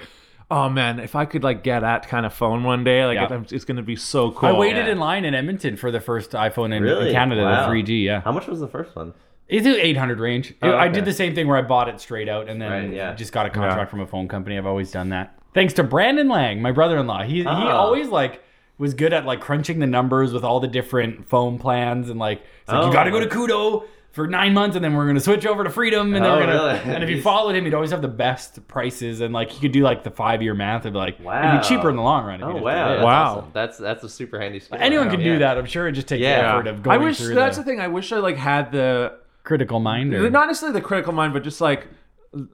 C: oh man, if I could like get that kind of phone one day, like
B: Yeah.
C: it- I'm- it's going to be so cool.
B: I waited
A: Yeah.
B: in line in Edmonton for the first iPhone in,
A: Really?
B: in Canada,
A: Wow.
B: the 3G. Yeah,
A: How much was the first one?
B: it's an 800 range.
A: Oh,
B: I
A: okay.
B: did the same thing where I bought it straight out and then
A: Right, yeah.
B: just got a contract from a phone company. I've always done that. Thanks to Brandon Lang, my brother-in-law. He he
A: Ah.
B: always like was good at like crunching the numbers with all the different phone plans and like, it's like
A: Oh.
B: you got to go to Kudo for nine months and then we're gonna switch over to Freedom and then
A: Oh,
B: we're gonna
A: really?
B: and
A: [laughs]
B: if you
A: He's-
B: followed him, he'd always have the best prices and like he could do like the five year math and be like,
A: Wow.
B: it'd be cheaper in the long run. If you
A: Oh
B: just
A: wow,
B: did it.
A: that's
C: Wow.
A: awesome. that's that's a super handy skill.
B: Anyone
A: Yeah.
B: can
A: Yeah.
B: do that. I'm sure it just takes the
A: Yeah.
B: effort of going
C: I wish
B: through
C: that's
B: the
C: the thing. I wish I like had the
B: critical mind. Or,
C: not necessarily the critical mind, but just like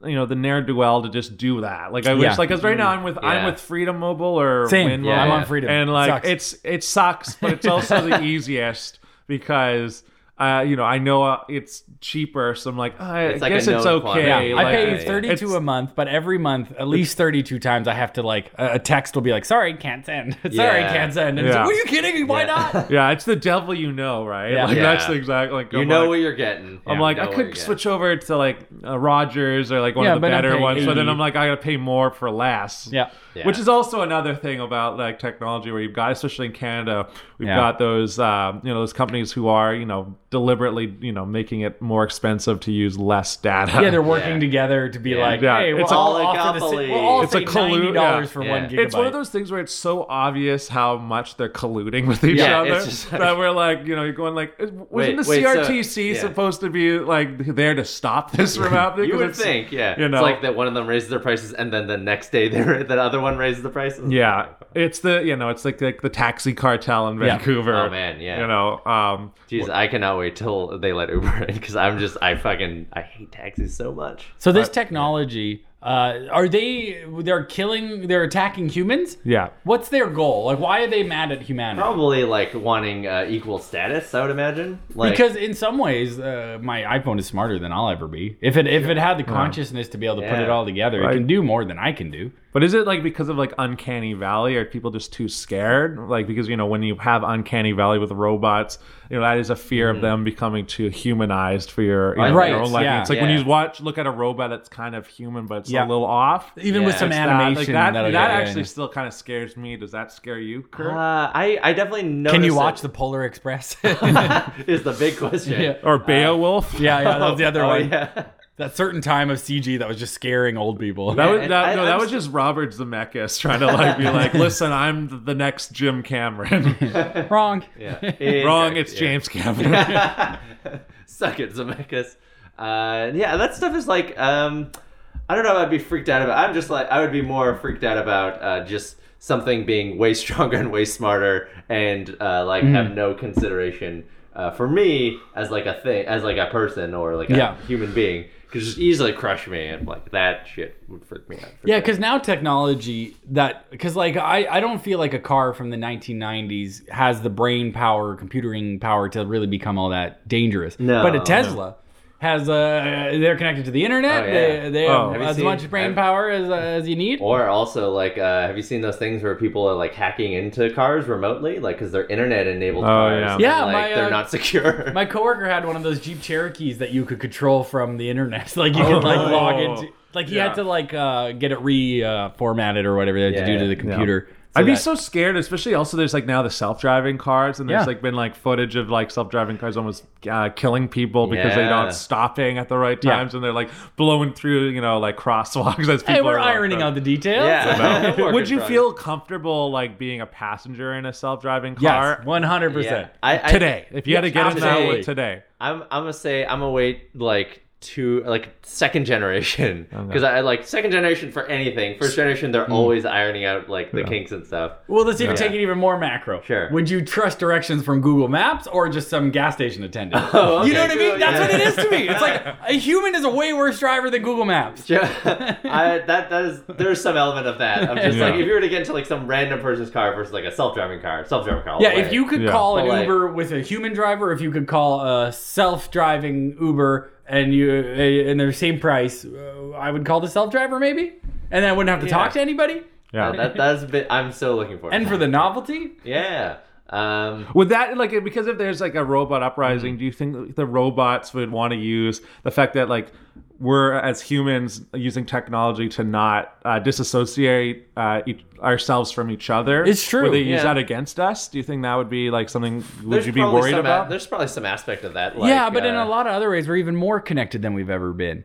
C: you know the ne'er do well to just do that. Like I
B: Yeah. Mm-hmm.
C: wish, like because right now I'm with I'm
A: Yeah.
C: with Freedom Mobile or
B: Same.
C: Win
A: Yeah,
B: I'm
C: Mobile,
A: yeah.
B: on freedom.
C: and like
B: Sucks.
C: it's it sucks, but it's also
B: [laughs]
C: the easiest because. Uh, you know, I know uh, it's cheaper, so I'm like, oh, I
A: It's like
C: guess
A: a
C: it's
A: known
C: okay.
A: quantity.
B: yeah,
A: Yeah,
B: I
C: like-
A: yeah,
B: pay
A: yeah.
B: 32 a month, but every month, at least 32 times, I have to like a a text will be like, "Sorry, can't send. [laughs] Sorry,
A: Yeah.
B: can't send." And it's
C: Yeah.
B: like, "What are you kidding me? Why
C: [laughs]
B: not?"
C: Yeah, it's the devil you know, right?
B: Yeah.
C: Like
A: Yeah.
C: that's the exact like
A: You
C: I'm
A: know
C: like-
A: what you're getting.
C: I'm
A: Yeah,
C: like,
A: you know
C: I
A: what you're
C: could
A: getting.
C: switch over to like uh, Rogers or like one
B: Yeah,
C: of the
B: but I'm
C: better
B: paying
C: ones, but then
B: 80.
C: I'm like, I gotta pay more for less.
B: Yeah.
A: Yeah.
C: Which is also another thing about like technology where you've got, especially in Canada, we've
B: Yeah.
C: got those um, you know those companies who are you know deliberately you know making it more expensive to use less data. [laughs]
B: Yeah, they're working together to be like,
C: Yeah.
B: "Hey, we'll it's
C: It's a
B: all offer the
A: oligopoly.
B: same. We'll all
A: It's
B: say
C: a collu-
B: ninety dollars
C: yeah.
B: for
A: Yeah.
B: one gigabyte."
C: It's one of those things where it's so obvious how much they're colluding with each
A: Yeah,
C: other
A: it's just like-
C: that we're like, you know, you're going like, wasn't
A: Wait,
C: the
A: wait, so-
C: CRTC
A: yeah.
C: supposed to be like there to stop this from happening?
A: [laughs] You
C: 'Cause
A: would
C: it's-
A: think, yeah.
C: you know.
A: It's like that one of them raises their prices, and then the next day [laughs] they're- the other one raises the prices.
C: Yeah, it's the you know, it's like like the taxi cartel in
B: Yeah.
C: Vancouver.
A: Oh, man, yeah.
C: You know, um,
A: Jeez, I cannot wait till they let Uber in because I'm just I fucking I hate taxis so much.
B: so this technology, uh, are they? They're killing. They're attacking humans.
C: yeah.
B: What's their goal? Like, why are they mad at humanity?
A: Probably like wanting uh, equal status, I would imagine. Like,
B: because in some ways, uh, my iPhone is smarter than I'll ever be. If it if it had the consciousness to be able to put
A: Yeah.
B: it all together,
C: Right.
B: it can do more than I can do.
C: But is it like because of like uncanny valley? Are people just too scared? Like because you know when you have uncanny valley with robots, you know that is a fear
A: Mm-hmm.
C: of them becoming too humanized for your you know,
A: Right.
C: your own life.
B: Yeah.
C: It's like when
A: Yeah.
C: you watch look at a robot that's kind of human, but that's
B: Yeah.
C: a little off.
B: Even with
A: Yeah,
B: some
A: it's
C: It's not- like,
B: animation,
C: that,
B: that'll
C: that,
B: get you
C: actually
B: in.
C: still kind of scares me. Does that scare you, Kurt?
A: Uh, I I definitely know.
B: Can you watch the Polar
A: [laughs]
B: Express? [laughs] yeah,
A: the? Is the big question.
B: Yeah.
C: or Beowulf?
B: yeah, that was the other
A: Oh,
B: one.
A: yeah.
B: That certain time of CG that was just scaring old people.
C: That was
A: Yeah,
C: that,
A: I-
C: no,
A: I'm
C: that was
A: still-
C: just Robert Zemeckis trying to like be
A: [laughs]
C: like, listen, I'm th- the next Jim Cameron.
B: [laughs] Wrong.
A: Yeah.
C: [laughs] Wrong,
A: [laughs]
B: [laughs]
A: Incorrect,
C: it's
A: yeah.
C: James Cameron.
A: [laughs] Suck it, Zemeckis. Uh, yeah, that stuff is like um, I don't know. I'd be freaked out about. I'm just like I would be more freaked out about uh, just something being way [laughs] stronger and way smarter and uh, like
B: Mm-hmm.
A: have no consideration uh, for me as like a thing as like a person or like a
B: Yeah.
A: human being could just easily crush me and like that shit would freak me out. for
B: Yeah,
A: sure.
B: because now technology that because like I I don't feel like a car from the 1990s has the brain power, computing power to really become all that dangerous.
A: No.
B: but a Tesla. Has uh, they're connected to the internet.
A: Oh, yeah.
B: They, they have
C: Oh.
A: Have you
B: as
A: seen-
B: much brain
A: I've- Oh.
B: power as, uh, as you need.
A: Or also, like, uh, have you seen those things where people are like hacking into cars remotely, like, because they're internet enabled
C: Oh,
A: cars?
C: yeah.
A: and,
B: Yeah,
A: like,
B: my, uh,
A: they're not secure.
B: [laughs] My coworker had one of those Jeep Cherokees that you could control from the internet. [laughs] like you could like
C: Oh.
B: log into. Like he
C: Yeah.
B: had to like uh, get it re uh, formatted or whatever they had
A: Yeah,
B: to do to
A: yeah.
B: the computer.
C: [laughs] I'd be
B: that-
C: so scared, especially also there's like now the self-driving cars, and there's
B: Yeah.
C: like been like footage of like self-driving cars almost uh, killing people because they're
A: Yeah.
C: not stopping at the right
B: Yeah.
C: times, and they're like blowing through you know like crosswalks as people.
B: Hey, we're
C: are, like,
B: ironing
C: going-
B: out the details. [laughs]
A: yeah.
C: [laughs]
A: [laughs] Work
C: Would
A: in
C: you
A: progress.
C: feel comfortable like being a passenger in a self-driving car
B: Yes, one hundred
A: Yeah.
B: percent.
A: I, I,
C: today? If you had to get in
A: Today.
C: now with today,
A: I'm, I'm gonna say I'm gonna wait like two, like second
C: [laughs]
A: generation, because I like second generation for anything. First generation,
C: mm.
A: they're always ironing out like the kinks and stuff.
B: Well, let's even
A: Yeah.
B: take it even more macro.
A: Sure.
B: Would you trust directions from Google Maps or just some gas station attendant?
A: Oh, [laughs] okay,
B: You know what I
A: cool,
B: mean? That's
A: yeah.
B: what it is [laughs] to me.
A: [laughs]
B: It's like a human is a way worse driver than Google Maps.
A: Yeah, [laughs] I, that that is there's some element of that. I'm just
C: Yeah.
A: like if you were to get into like some random person's car versus like a self-driving car, self-driving car. all
B: Yeah,
A: the
B: if
A: way.
B: you could
C: Yeah.
B: call an
A: But like-
B: Uber with a human driver, if you could call a self-driving Uber and you and they're the same price, uh, I would call the self-driver maybe, and then I wouldn't have to
A: Yeah.
B: talk to anybody.
C: yeah.
A: Uh, that that's a bit. I'm so looking forward.
B: And
A: to
B: for
A: that.
B: the novelty,
A: yeah, um,
C: Would that like because if there's like a robot uprising,
B: Mm-hmm.
C: do you think the robots would want to use the fact that like we're as humans using technology to not uh, disassociate uh, each, ourselves from each other?
B: It's true,
C: Would they use
A: yeah.
C: that against us? Do you think that would be like something? Would
A: there's
C: you be
A: probably
C: worried
A: some a-
C: about?
A: there's probably some aspect of that. Like,
B: yeah, but in
A: uh,
B: a lot of other ways, we're even more connected than we've ever been.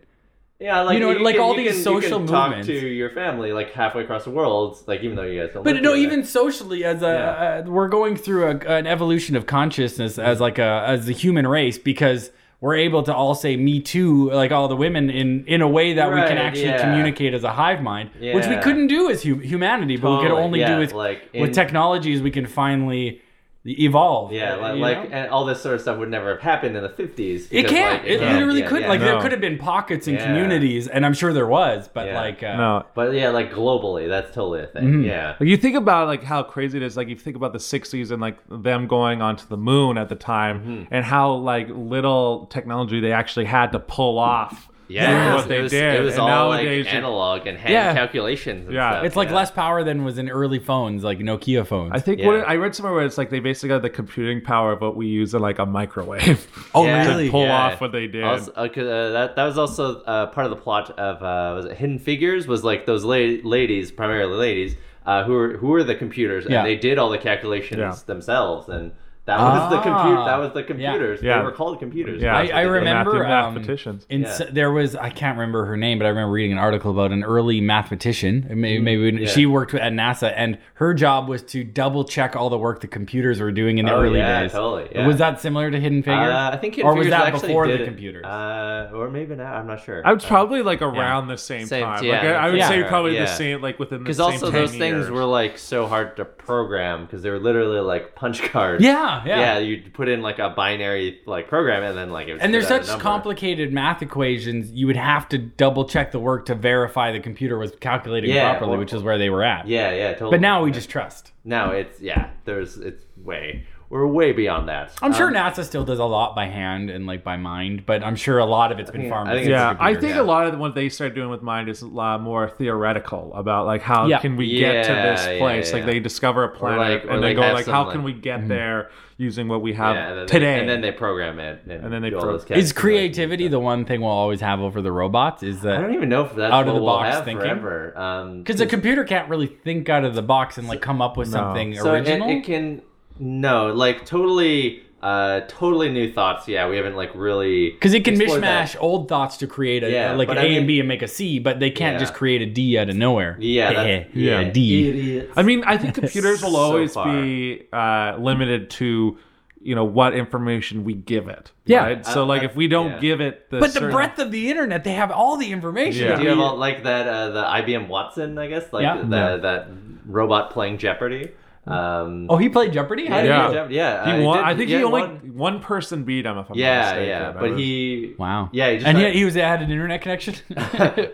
A: yeah, like
B: you know, like
A: can-
B: all
A: you
B: these
A: can- you
B: social
A: can
B: movements.
A: Talk to your family like halfway across the world, like even though you guys don't.
B: But
A: live
B: no,
A: together.
B: even socially, as a, uh we're going through a, an evolution of consciousness as like a as the human race because we're able to all say "me too" like all the women in in a way that we can
A: Right,
B: actually
A: yeah.
B: communicate as a hive mind, which we
A: Yeah.
B: couldn't do as hu- humanity, but we could
A: Totally,
B: only
A: yeah,
B: do with
A: like
B: with
A: in-
B: technologies we can finally evolve.
A: yeah,
B: uh,
A: like,
B: you
A: like
B: know?
A: and all this sort of stuff would never have happened in the 50s.
B: It
A: because,
B: can't.
A: like,
B: it
A: yeah,
B: literally
A: yeah,
B: could.
A: yeah.
B: Like there
C: No.
B: could have been pockets and
A: Yeah.
B: communities, and I'm sure there was, but
A: Yeah.
B: like uh,
C: no,
A: But yeah, like globally, that's totally a thing.
C: Mm-hmm.
A: Yeah.
C: Like you think about like how crazy it is. Like you think about the '60s and like them going onto the moon at the time,
A: Mm-hmm.
C: and how like little technology they actually had to pull off.
A: Yeah,
C: what they
A: it was,
C: did.
A: It was
C: and
A: all
C: nowadays,
A: like analog and hand
B: Yeah.
A: calculations. And
C: Yeah.
A: stuff.
B: it's like less power than was in early phones, like Nokia phones.
C: I think what
A: Yeah.
C: I read somewhere where it's like they basically got the computing power of what we use in like a microwave.
B: oh,
A: Yeah.
B: really?
C: pull
A: Yeah.
C: off what they did.
A: Also, uh, 'cause, uh, that that was also uh, part of the plot of uh, was it Hidden Figures was like those la- ladies, primarily ladies, uh, who were who were the computers,
B: Yeah.
A: and they did all the calculations
C: Yeah.
A: themselves, and that was the
B: Ah.
A: compute. That was the computers.
C: Yeah.
A: They were called computers.
C: Yeah.
B: I,
A: That's what
B: I
A: they
C: [laughs]
A: did.
B: remember
C: Matthew
B: um,
C: mathematicians.
B: in
A: Yeah.
B: s- there was I can't remember her name, but I remember reading an article about an early mathematician. and Maybe, maybe we-
A: Mm-hmm. yeah.
B: she worked at NASA, and her job was to double check all the work the computers were doing in the
A: Oh,
B: early
A: yeah,
B: days.
A: totally, yeah.
B: Was that similar to Hidden Figures?
A: Uh, I think Hidden
B: or was
A: Figures
B: that
A: actually
B: before
A: did
B: the
A: it-
B: computers?
A: Uh, or maybe not. I'm not sure.
C: I was probably like around the same,
A: Same-
C: time.
A: yeah,
C: like, I, I would
B: yeah.
C: say probably
A: Yeah.
C: the same, like within the
A: because
C: same
A: also
C: 10
A: those things
C: years.
A: were like so hard to program because they were literally like punch cards.
B: yeah, yeah.
A: yeah. you put in like a binary like program and then like it would spit
B: and there's
A: out a
B: such
A: number.
B: complicated math equations. You would have to double check the work to verify the computer was calculating
A: Yeah,
B: properly,
A: or-
B: which is where they were at.
A: Yeah, yeah, totally.
B: But now we just trust.
A: now it's yeah. There's it's way we're way beyond that.
B: I'm sure NASA still does a lot by hand and like by mind, but I'm sure a lot of it's been
A: think-
B: farmed.
A: I think
B: to
A: it's-
C: Yeah,
A: computer,
C: I think
A: yeah.
C: a lot of what they started doing with Mind is a lot more theoretical about like how
B: Yeah.
C: can we get to
A: Yeah,
C: this
A: yeah,
C: place?
A: yeah.
C: Like they discover a
A: like-
C: planet
A: or
C: and they
A: like
C: go
A: have
C: like,
A: some,
C: how
A: like-
C: can we get there using what we have
A: Um, yeah, and then they-
C: today?
A: and then they program it, and,
C: And then they
A: do all
C: pro-
A: those
B: Is
A: calculations.
B: creativity the one thing we'll always have over the robots? Is
A: I
B: that
A: don't even know if that's
B: Out of
A: what
B: the
A: we'll
B: box
A: have
B: thinking?
A: forever. Um,
B: because a computer can't really think out of the box and like come up with
C: No.
B: something
A: so it,
B: original?
A: it can no, like totally, uh, totally new thoughts. Yeah, we haven't like really
B: Because it can
A: explored
B: mishmash
A: that.
B: old thoughts to create a
A: Yeah,
B: like
A: but
B: an
A: I
B: A
A: mean-
B: and B and make a C, but they can't
A: Yeah.
B: just create a D out of nowhere. [laughs]
A: Yeah,
B: yeah,
A: that-
B: D.
A: Idiots.
C: I mean,
B: [laughs]
C: I think computers will
A: So
C: always
A: far.
C: be uh, limited to you know what information we give it.
B: Yeah.
C: right? so
A: Uh,
C: like
A: uh,
C: if we don't
A: yeah.
C: give it, the
B: But the
C: certain-
B: breadth of the internet, they have all the information.
C: Yeah.
A: Do you have all, like that uh, the IBM Watson? I guess like
B: Yeah.
A: the,
B: No.
A: that robot playing Jeopardy. Um,
B: Oh, he played Jeopardy. How
A: yeah,
B: did
C: yeah.
B: he-
A: Jeopardy, yeah.
C: he
A: uh,
C: won.
A: did-
C: I think
A: yeah,
C: he only
A: won.
C: one person beat him. If I'm not
A: Yeah,
C: mistaken,
A: yeah,
C: I
A: but
C: was-
A: he.
B: Wow.
A: Yeah, he just
B: and
A: had-
B: yet he was had an
A: [laughs]
B: internet connection.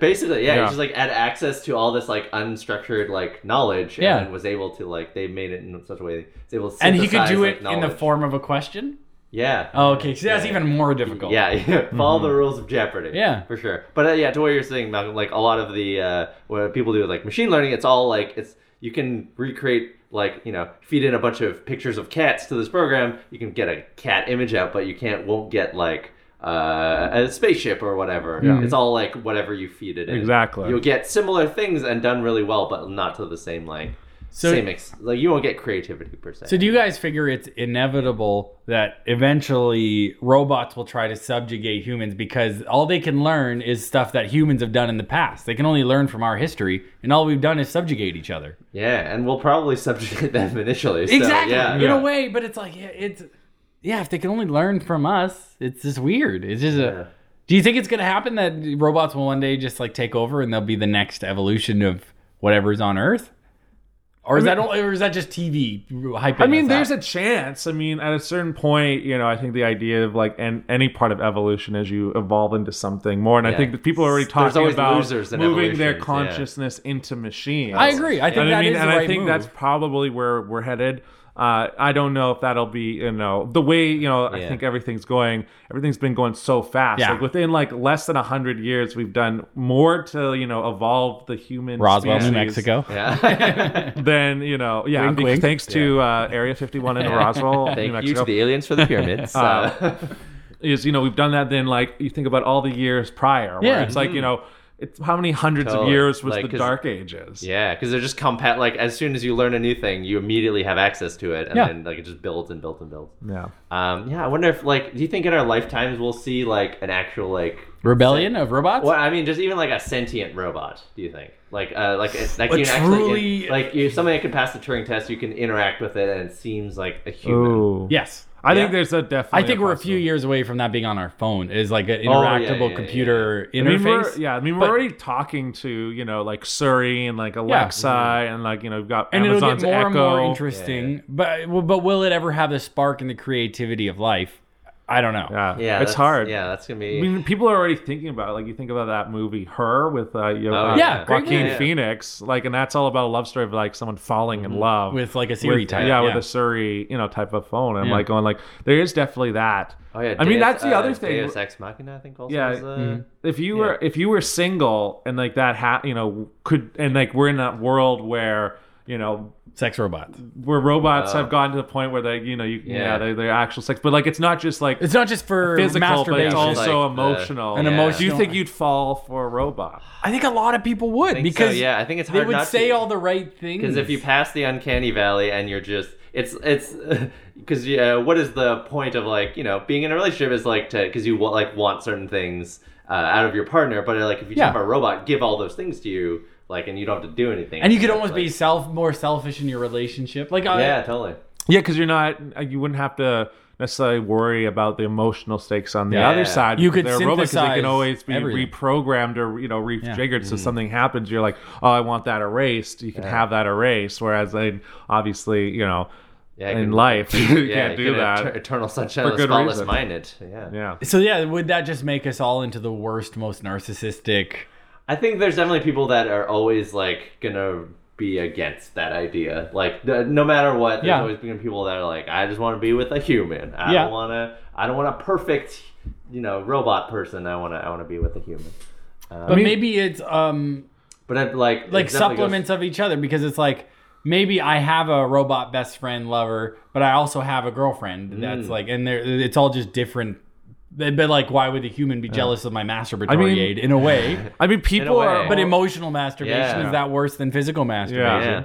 A: basically yeah,
C: Yeah.
A: he just like had access to all this like unstructured like knowledge
B: Yeah.
A: and was able to like they made it in such a way it's able to
B: and he could do
A: synthesize,
B: it
A: like,
B: in the
A: knowledge.
B: form of a question.
A: yeah
B: Oh, okay, so that's
A: Yeah.
B: even more difficult.
A: yeah, [laughs] yeah. follow the rules of Jeopardy.
B: Mm-hmm. Yeah.
A: for sure. But uh, yeah, to what you're saying, Malcolm, like a lot of the uh, what people do, with, like machine learning, it's all like it's you can recreate like you know feed in a bunch of pictures of cats to this program. You can get a cat image out, but you can't won't get like uh, a spaceship or whatever.
C: Yeah.
A: It's all like whatever you feed it in.
C: Exactly.
A: You'll get similar things and done really well, but not to the same like
B: So-
A: same ex- like you won't get creativity per se.
B: So do you guys figure it's inevitable that eventually robots will try to subjugate humans because all they can learn is stuff that humans have done in the past. They can only learn from our history, and all we've done is subjugate each other.
A: yeah, and we'll probably [laughs] subjugate them initially. so,
B: exactly.
A: yeah.
B: in
C: Yeah.
B: a way, but it's like yeah, it's yeah, if they can only learn from us, it's just weird. It's just
A: Yeah.
B: a Do you think it's going to happen that robots will one day just like take over and they'll be the next evolution of whatever's on earth? Or is that only, or is that just TV hyping?
C: I mean, there's a chance. I mean, at a certain point, you know, I think the idea of like and any part of evolution as you evolve into something more, and I
A: Yeah.
C: think that people are already
A: There's
C: talking
A: always
C: about
A: losers in
C: moving their
A: evolutions, yeah.
C: consciousness into machines.
B: I agree. I think
C: and
B: that
C: I mean,
B: is
C: and
B: the
C: I
B: right
C: think
B: move.
C: that's probably where we're headed. Uh, I don't know if that'll be, you know, the way you know. I
A: Yeah.
C: think everything's going. Everything's been going so fast.
B: Yeah.
C: Like within like less than hundred years, we've done more to you know evolve the human
B: Roswell, New
C: species
B: Mexico.
A: Yeah.
C: Then you know, yeah.
B: Wink,
C: bec-
B: wink.
C: Thanks to uh, Area 51 [laughs] in
B: [laughs]
C: Roswell, New
A: Thank you
C: Mexico,
A: to the aliens for the pyramids. uh,
C: is you know we've done that. Then like you think about all the years prior, where
B: Yeah.
C: it's like you know, it's how many hundreds
A: Totally.
C: of years was
A: Like,
C: the
A: 'cause-
C: Dark
A: [laughs]
C: Ages?
A: yeah, because they're just compat. Like as soon as you learn a new thing, you immediately have access to it, and
B: Yeah.
A: then like it just builds and builds and builds.
C: yeah.
A: Um, yeah, I wonder if like, do you think in our lifetimes we'll see like an actual like?
B: Rebellion of robots?
A: Well, I mean, just even like a sentient robot. Do you think like uh, like it- like
B: A
A: you can actually
B: truly-
A: like you something that can pass the Turing test? You can interact with it, and it seems like a human.
C: Ooh.
B: Yes.
C: I
A: Oh, Yeah. Oh,
C: think there's a definitely.
B: I think we're a few
C: possibility.
B: years away from that being on our phone. Is like an
A: yeah,
B: interactable
A: yeah,
B: computer
C: I mean,
B: interface.
C: we're, yeah, I mean, we're
B: But-
C: already talking to you know like Siri and like Alexa and like you know we've got
B: Mm-hmm. and
C: Amazon's
B: it'll get more
C: Echo.
B: and more interesting. But well, but will it ever have the spark and the creativity of life? I don't know.
C: Yeah,
A: Yeah,
C: it's
A: that's-
C: hard.
A: Yeah, that's gonna
C: I
A: be.
C: mean, people are already thinking about it. Like you think about that movie, Her, with uh, you know,
A: Oh,
C: uh,
A: yeah.
B: Great
C: Joaquin
A: movie. Yeah.
C: Phoenix. Like, and that's all about a love story of like someone falling
A: Mm-hmm.
C: in love
B: With like a Siri
C: with-
B: type.
C: yeah, with a Siri, you know, type of phone. And I'm like going like, there is definitely that.
A: Oh yeah,
C: I mean,
A: Deus-
C: that's the
A: uh,
C: other thing.
A: Deus Ex Machina, I think. Also
C: Yeah, mm-hmm.
A: is, uh,
C: If you were if you were single and like that, ha- you know, could and like we're in that world where you know
B: sex robot.
C: where robots have gotten to the point where they you know you yeah,
A: Uh, Yeah.
C: they, they're actual sex, but like it's not just like
B: It's not just for
C: physical, but
B: masturbation.
C: it's also
A: Like uh, the-
C: emotional.
B: An
C: Yeah. Do you
B: emotional-
C: think you'd fall for a robot?
B: I think a lot of people would
A: think so,
B: because
A: yeah, I think it's
B: they
A: hard
B: would
A: not
B: say
A: to.
B: all the right things.
A: Because if you pass the uncanny valley and you're just it's it's [laughs] because yeah, what is the point of like you know being in a relationship is like to because you wa- like want certain things uh, out of your partner, but like if you
B: Yeah.
A: have a robot give all those things to you, like and you don't have to do anything,
B: and you could
A: It's
B: almost
A: like-
B: be self more selfish in your relationship. Like uh, I,
A: yeah, totally.
C: Yeah, because you're not. You wouldn't have to necessarily worry about the emotional stakes on the
A: Yeah.
C: other side.
B: You
C: because
B: could
C: they're a robot, 'cause they
B: synthesize
C: can always be
B: everything.
C: reprogrammed or you know refigured.
A: Mm-hmm.
C: So something happens, you're like, oh, I want that erased. You can have that erased. Whereas, I obviously, you know,
A: Yeah,
C: in
A: can-
C: life, [laughs] you can't do
A: can
C: that.
A: eter- eternal sunshine of the
C: good
A: spotless
C: reason.
A: mind. It. Yeah.
C: yeah.
B: So yeah, would that just make us all into the worst, most narcissistic?
A: I think there's definitely people that are always like gonna be against that idea. Like th- no matter what, there's
B: Yeah.
A: always been people that are like, I just want to be with a human. I
B: Yeah.
A: don't want to. I don't want a perfect, you know, robot person. I want to. I want to be with a human.
B: But maybe it's um
A: But I'd like
B: like
A: it definitely goes-
B: supplements of each other because it's like maybe I have a robot best friend lover, but I also have a girlfriend
A: Mm.
B: that's like, and they're, it's all just different. But but, like, why would a human be jealous of my masturbatory
C: I mean-
B: aid in a
A: [laughs]
B: way?
C: I mean, people
A: way.
C: are,
B: But emotional masturbation
A: Yeah.
B: is that worse than physical masturbation?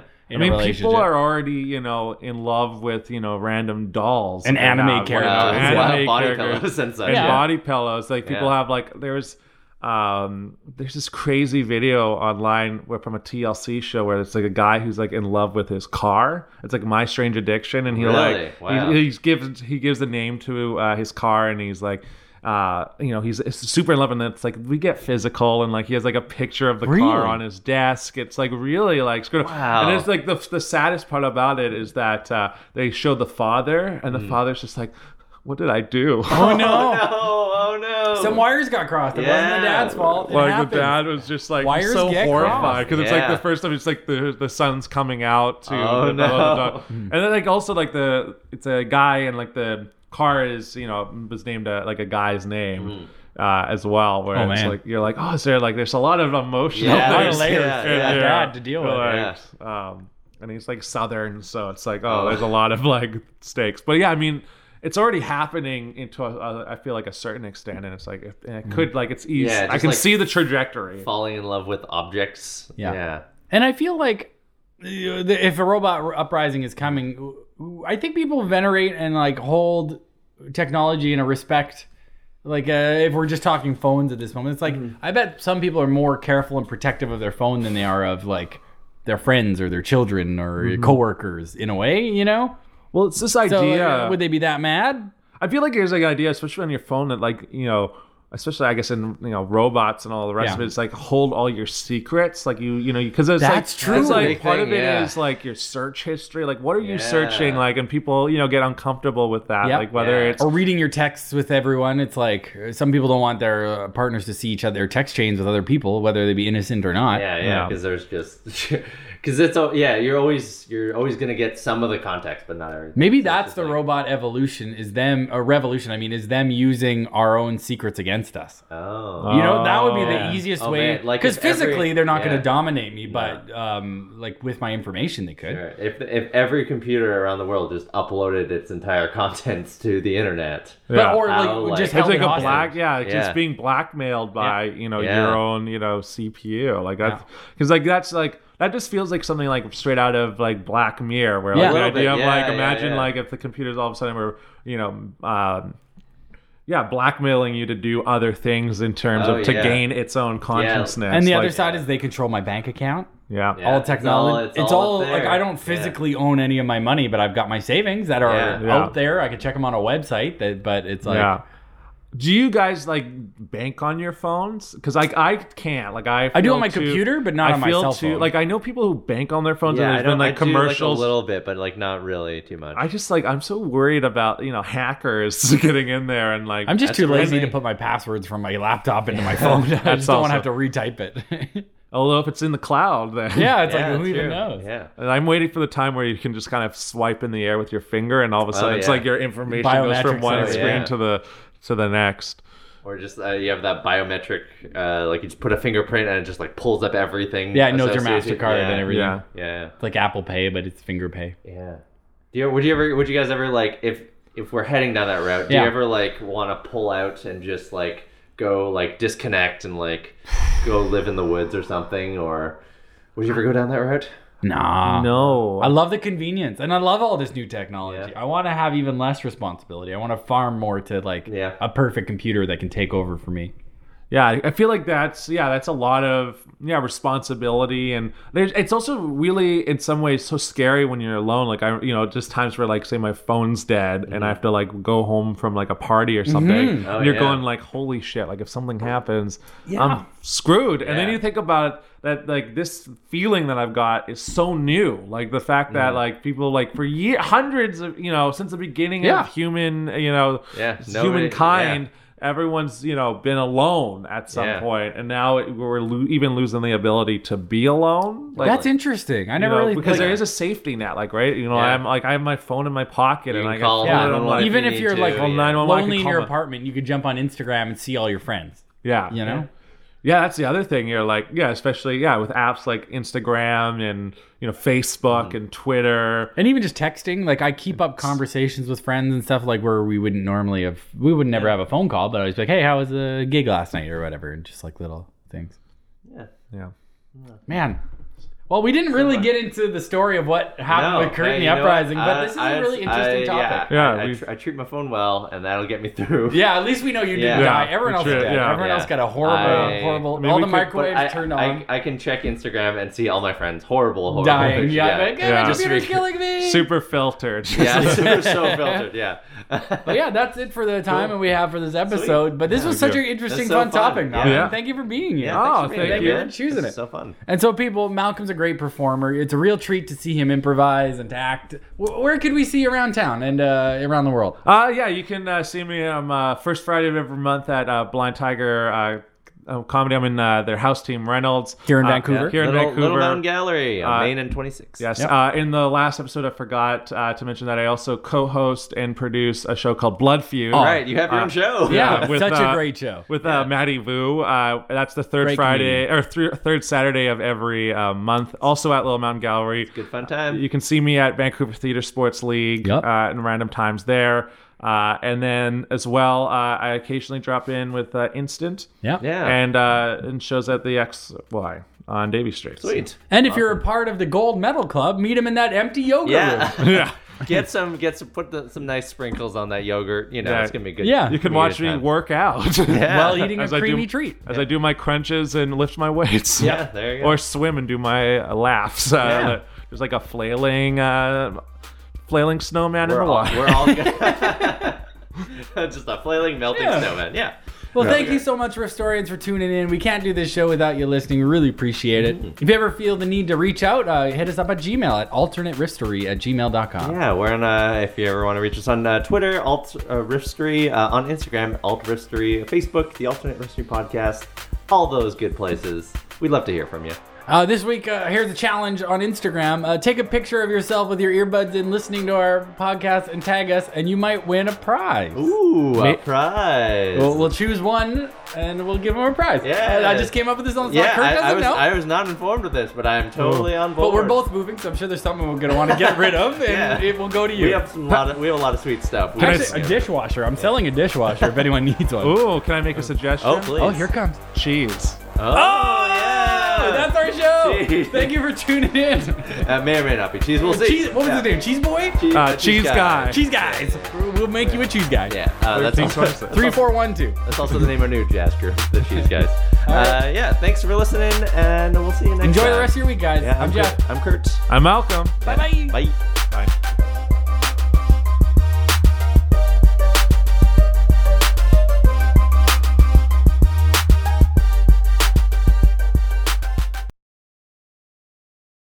A: Yeah.
B: In
C: I
B: a
C: mean, people
B: relationship?
C: are already, you know, in love with, you know, random dolls
B: And anime
C: uh,
B: characters.
A: Wow,
B: Yeah.
A: it's a lot of
C: anime
A: body
C: characters.
A: [laughs] colors and such.
C: and
B: Yeah.
C: body pillows. Like people
A: Yeah.
C: have like there's um there's this crazy video online where from a TLC show where it's like a guy who's like in love with his car. It's like My Strange Addiction, and he
A: Really?
C: like
A: Wow.
C: he, he gives he gives the name to uh, his car, and he's like. Uh, you know he's it's super in love, and it's like we get physical, and like he has like a picture of the car
B: Really?
C: on his desk. It's like really like screwed up.
A: Wow.
C: And it's like the the saddest part about it is that uh, they show the father, and the
A: Mm.
C: father's just like, "What did I do?"
B: Oh no!
A: [laughs] Oh no! Oh no!
B: Some wires got crossed. It wasn't
A: Yeah.
B: the dad's fault. It
C: like
B: happened.
C: the dad was just like
B: Wires
C: so
B: get
C: horrified
B: crossed.
C: because it's like
A: Yeah.
C: the first time it's like the the sun's coming out to
A: Oh,
C: the,
A: no.
C: dog. and then like also like the it's a guy and like the car is you know was named a, like a guy's name.
A: Mm-hmm.
C: Uh, as well, where
B: Oh,
C: it's
B: man.
C: like you're like, oh, is there like there's a lot of emotional
A: Yeah,
B: Lot of
C: things
B: layers
A: Yeah,
B: for
A: yeah.
B: that dad to deal with.
C: like, um, and he's like southern, so it's like oh, there's a lot of like stakes. But yeah, I mean, it's already happening into a, a, I feel like a certain extent, and it's like if, and it could like it's easy.
A: Yeah,
C: I
A: just,
C: can
A: like,
C: see the trajectory.
A: falling in love with objects.
B: Yeah.
A: yeah.
B: And I feel like uh, the- if a robot uprising is coming, w- w- I think people venerate and like hold technology in a respect. Like uh, if we're just talking phones at this moment, it's like I bet some people are more careful and protective of their phone than they are of like their friends or their children or coworkers in a way, you know.
C: Well, it's this
B: So like,
C: idea.
B: uh, would they be that mad?
C: I feel like there's like an idea, especially on your phone, that like you know, especially I guess in you know robots and all the rest
B: Yeah.
C: of it, it's like hold all your secrets, like you you know, because it's
B: That's
C: like,
B: true.
C: It's
A: Big
C: like part
A: thing,
C: of it is
A: yeah.
C: like your search history, like what are you
A: Yeah.
C: searching, like, and people you know get uncomfortable with that,
B: Yep.
C: like whether
A: Yeah.
C: it's
B: Or reading your texts with everyone, it's like uh, some people don't want their uh, partners to see each other their text chains with other people, whether they be innocent or not.
A: Yeah, yeah,
C: Yeah.
A: because there's just [laughs] because it's all yeah. You're always you're always gonna get some of the context, but not everything.
B: Maybe
A: So it's
B: that's
A: just
B: the
A: like,
B: robot evolution is them a revolution. I mean, is them using our own secrets against us.
A: Oh,
B: You know, that would be
C: Oh.
B: the easiest
A: Oh,
B: way.
A: man, like
B: Because
A: if every-
B: physically, they're not going
A: yeah.
B: to dominate me, but um, like with my information, they could.
A: Sure. if if every computer around the world just uploaded its entire [laughs] contents to the internet,
C: Yeah.
B: But or like,
A: Oh, like-
B: just
C: It's
B: held
C: like
B: it
C: a
B: hostage.
C: black, yeah, it's
A: Yeah.
C: just being blackmailed by you know
A: Yeah.
C: your own you know CPU, like that, because like that's like that just feels like something like straight out of like Black Mirror, where
B: Yeah.
C: like, the
B: A
A: little
C: idea
A: bit,
C: of
A: yeah,
C: like
A: yeah,
C: imagine
A: yeah.
C: like if the computers all of a sudden were you know. Um, yeah, blackmailing you to do other things in terms
A: Oh,
C: of to
A: yeah.
C: gain its own consciousness.
B: And the
C: like-
B: other side is they control my bank account.
C: yeah,
A: Yeah.
B: all
A: it's all-
B: technology.
A: it's
B: It's all,
A: all up
B: like
A: there.
B: I don't
A: Yeah.
B: physically own any of my money, but I've got my savings that are
A: Yeah.
C: Yeah.
B: out there. I could check them on a website, that, but it's like
C: yeah. Do you guys like bank on your phones? Because like I can't. Like I,
B: I do
C: feel
B: on my
C: too-
B: computer, but not
C: I
B: on my
C: feel
B: cell
C: too,
B: phone.
C: Like I know people who bank on their phones,
A: yeah,
C: and
A: I
C: there's
A: don't
C: been
A: I
C: like
A: do,
C: commercials.
A: a little bit, but like not really too much.
C: I just like I'm so worried about you know hackers [laughs] getting in there and like
B: I'm just
C: that's
B: too lazy
C: crazy.
B: to put my passwords from my laptop into my [laughs] phone. I
C: That's
B: just don't want
C: also-
B: to have to retype it.
C: Although oh, if it's in the cloud, then
B: [laughs] yeah, it's
A: Yeah,
B: like who
A: that's
B: even
A: true.
B: knows?
A: Yeah.
C: [laughs] And I'm waiting for the time where you can just kind of swipe in the air with your finger, and all of a sudden it's
A: Oh, yeah.
C: like your information goes from
B: Biometrics,
C: one
B: oh,
C: screen
A: yeah.
C: to the to the next.
A: Or just uh, you have that biometric, uh, like you just put a fingerprint and it just like pulls up everything.
B: Yeah, it knows your
A: associated-
B: MasterCard
A: yeah,
B: and everything.
C: Yeah.
A: Yeah,
B: It's like Apple Pay, but it's finger pay.
A: yeah. Do you, would you ever? Would you guys ever like if if we're heading down that route? Do
B: Yeah.
A: you ever like want to pull out and just like go like disconnect and like go live in the woods or something? Or would you ever go down that route?
B: Nah.
C: No,
B: I love the convenience and I love all this new technology.
A: Yeah.
B: I want to have even less responsibility. I want to farm more to like
A: Yeah.
B: a perfect computer that can take over for me.
C: Yeah, I- I feel like that's yeah, that's a lot of yeah responsibility, and there's it's also really in some ways so scary when you're alone. Like I, you know, just times where like say my phone's dead and I have to like go home from like a party or something,
A: Mm-hmm. Oh,
C: and you're
A: yeah.
C: going like, holy shit! Like if something happens, I'm screwed. And then
A: Yeah.
C: you think about that like this feeling that I've got is so new. Like the fact
A: Mm.
C: that like people like for year hundreds of you know since the beginning
B: Yeah.
C: of human you know
A: Yeah, nobody-
C: humankind.
A: yeah.
C: everyone's you know been alone at some
A: Yeah.
C: point, and now it- we're lo- even losing the ability to be alone. Like,
B: That's interesting. I
C: you
B: never
C: know,
B: really
C: because
B: like,
C: there is a safety net, like right you know
A: Yeah.
C: i'm like i have my phone in my pocket
A: You
C: and
A: can
C: i got
A: call
C: phone,
B: Yeah.
C: and I'm like,
B: Even if
A: you
B: you're,
A: need
B: like,
A: to,
C: well,
A: yeah.
C: 911 I
B: lonely
C: can
B: in
C: call
B: your
C: my-
B: apartment. You could jump on Instagram and see all your friends.
C: yeah
B: You know?
C: yeah that's the other thing you're like yeah especially yeah with apps like instagram and you know facebook
A: Mm-hmm.
C: and twitter
B: And even just texting, like I keep up conversations with friends and stuff, like where we wouldn't normally have, we would never have a phone call, but I was like, hey, how was the gig last night or whatever, and just like little things.
A: Yeah.
C: yeah
B: Man, well, we didn't really get into the story of what happened
A: No,
B: with Kurt
A: hey,
B: and the
A: you know what?
B: uprising,
A: I-
B: but this is
A: I-
B: a really
A: I-
B: interesting
A: Yeah,
B: topic. Yeah.
C: Yeah,
A: I, I,
C: we've-
A: tr- I treat my phone well, and that'll get me through.
B: at least we know you
A: Yeah.
B: didn't die.
C: Yeah,
B: Everyone else
C: true,
B: did.
C: yeah.
B: Everyone
A: Yeah.
B: else got a horrible,
A: I-
B: horrible.
C: I mean,
B: all
C: we
B: the
C: could- but
B: microwaves
A: I,
B: turned
A: I-
B: on,
A: I, can check Instagram and see all my friends horrible, horrible.
B: dying.
A: pictures.
B: Yeah, like, "Hey,
C: Yeah.
B: my
C: Just
B: computer's
A: be-
B: killing me.
C: super filtered
A: yeah, [laughs] it's
B: [laughs]
A: super so filtered. Yeah, [laughs]
B: But yeah, that's it for the time that we have for this episode. But this was such
C: do.
B: an
A: That's
B: interesting,
A: so
B: fun,
A: fun.
B: topic. Malcolm.
C: Yeah.
B: Thank you for being here.
A: Yeah,
C: Oh,
A: thanks for being
C: thank
A: here,
C: you.
A: man.
B: Choosing
A: This is
B: it.
A: So fun.
B: And so, people, Malcolm's a great performer. It's a real treat to see him improvise and to act. Wh- Where could we see you around town and uh, around the world?
C: [laughs] Uh, yeah, you can uh, see me um, uh, first Friday of every month at uh, Blind Tiger uh, uh, Comedy. I'm in uh, their house team, Reynolds.
B: Here in
C: Uh,
B: Vancouver.
C: Here in
A: Little,
C: Vancouver.
A: Little Mountain Gallery, on
C: Uh,
A: Main and 26.
C: Yes.
B: Yep.
C: Uh, in the last episode, I forgot uh, to mention that I also co-host and produce a show called Blood Feud.
A: All right, you have your
C: Uh,
A: own show.
B: Yeah,
C: with,
B: such a
C: uh,
B: great show.
C: With uh, Maddie Vu, uh, that's the third
B: Great
C: Friday or th- third Saturday of every uh, month. Also at Little Mountain Gallery.
A: Good fun time.
C: You can see me at Vancouver Theater Sports League
B: Yep.
C: uh, and random times there. Uh, and then as well, uh, I occasionally drop in with uh, Instant
B: Yeah.
A: yeah.
C: and uh, and shows at the XY on Davy Street.
A: Sweet.
B: And if you're a part of the Gold Medal Club, meet him in that empty yoga room.
A: [laughs] Yeah.
C: [laughs] Yeah.
A: get some, get some, put the, some nice sprinkles on that yogurt. You know,
C: Yeah.
A: it's gonna be good.
B: Yeah.
C: You can
A: Good
C: watch me
A: time.
C: work out
B: While eating a
C: As I do-
B: creamy treat.
C: as I do my crunches and lift my weights.
A: Yeah, there you go.
C: Or swim and do my uh, laughs. Uh,
A: Yeah.
C: There's like a flailing, uh, flailing snowman
A: we're
C: in the
A: all,
C: water.
A: we're
C: [laughs]
A: all [laughs] good. just a flailing, melting
B: Yeah.
A: snowman. Yeah.
B: Well, thank you so much, Restorians, for tuning in. We can't do this show without you listening. Really appreciate
A: Mm-hmm.
B: it. If you ever feel the need to reach out, uh, hit us up at Gmail at alternateristory at gmail.com.
A: Yeah, we're on. Uh, if you ever want to reach us on uh, Twitter, Alt uh, Riffstory, uh, on Instagram, Alt Riffstory, Facebook, the Alternate Riffstory Podcast, all those good places. We'd love to hear from you.
B: Uh, this week, uh, here's a challenge on Instagram. Uh, take a picture of yourself with your earbuds in listening to our podcast and tag us, and you might win a prize.
A: Ooh,
B: Ma-
A: a prize.
B: We'll, we'll choose one and we'll give them a prize.
A: Yeah.
B: I just came up with this on the
A: yeah,
B: spot. Kurt
A: I,
B: doesn't
A: I was
B: know.
A: I was not informed of this, but I am totally on board.
B: but we're both moving, so I'm sure there's something we're going to want to get rid of,
A: [laughs] Yeah.
B: and it will go to you.
A: We have some lot of we have a lot of sweet stuff. We
C: Can I
A: just-
B: Actually, a dishwasher. I'm selling a dishwasher if anyone [laughs] needs one.
C: Ooh, can I make a suggestion?
A: Oh, please.
B: Oh, here it comes.
C: Cheese.
A: Oh, yeah.
B: That's our show.
A: Jeez.
B: Thank you for tuning in.
A: that may or may not be cheese. We'll see.
B: Cheese, what was
A: Yeah.
B: his name? Cheese boy?
A: Cheese,
C: Uh, cheese guy.
B: Cheese guys. We'll make you a cheese guy.
A: Yeah, uh, that's,
C: Thirteen
A: also,
C: twenty-
B: Three, four, one, two.
A: that's also the name of our new jazz group, the Cheese
B: [laughs]
A: Guys. Uh, yeah, thanks for listening, and we'll see you next
B: Enjoy
A: time.
B: the rest of your week, guys.
A: Yeah,
B: I'm Jeff.
A: Kurt. I'm Kurt.
C: I'm Malcolm.
B: Bye bye.
A: Bye.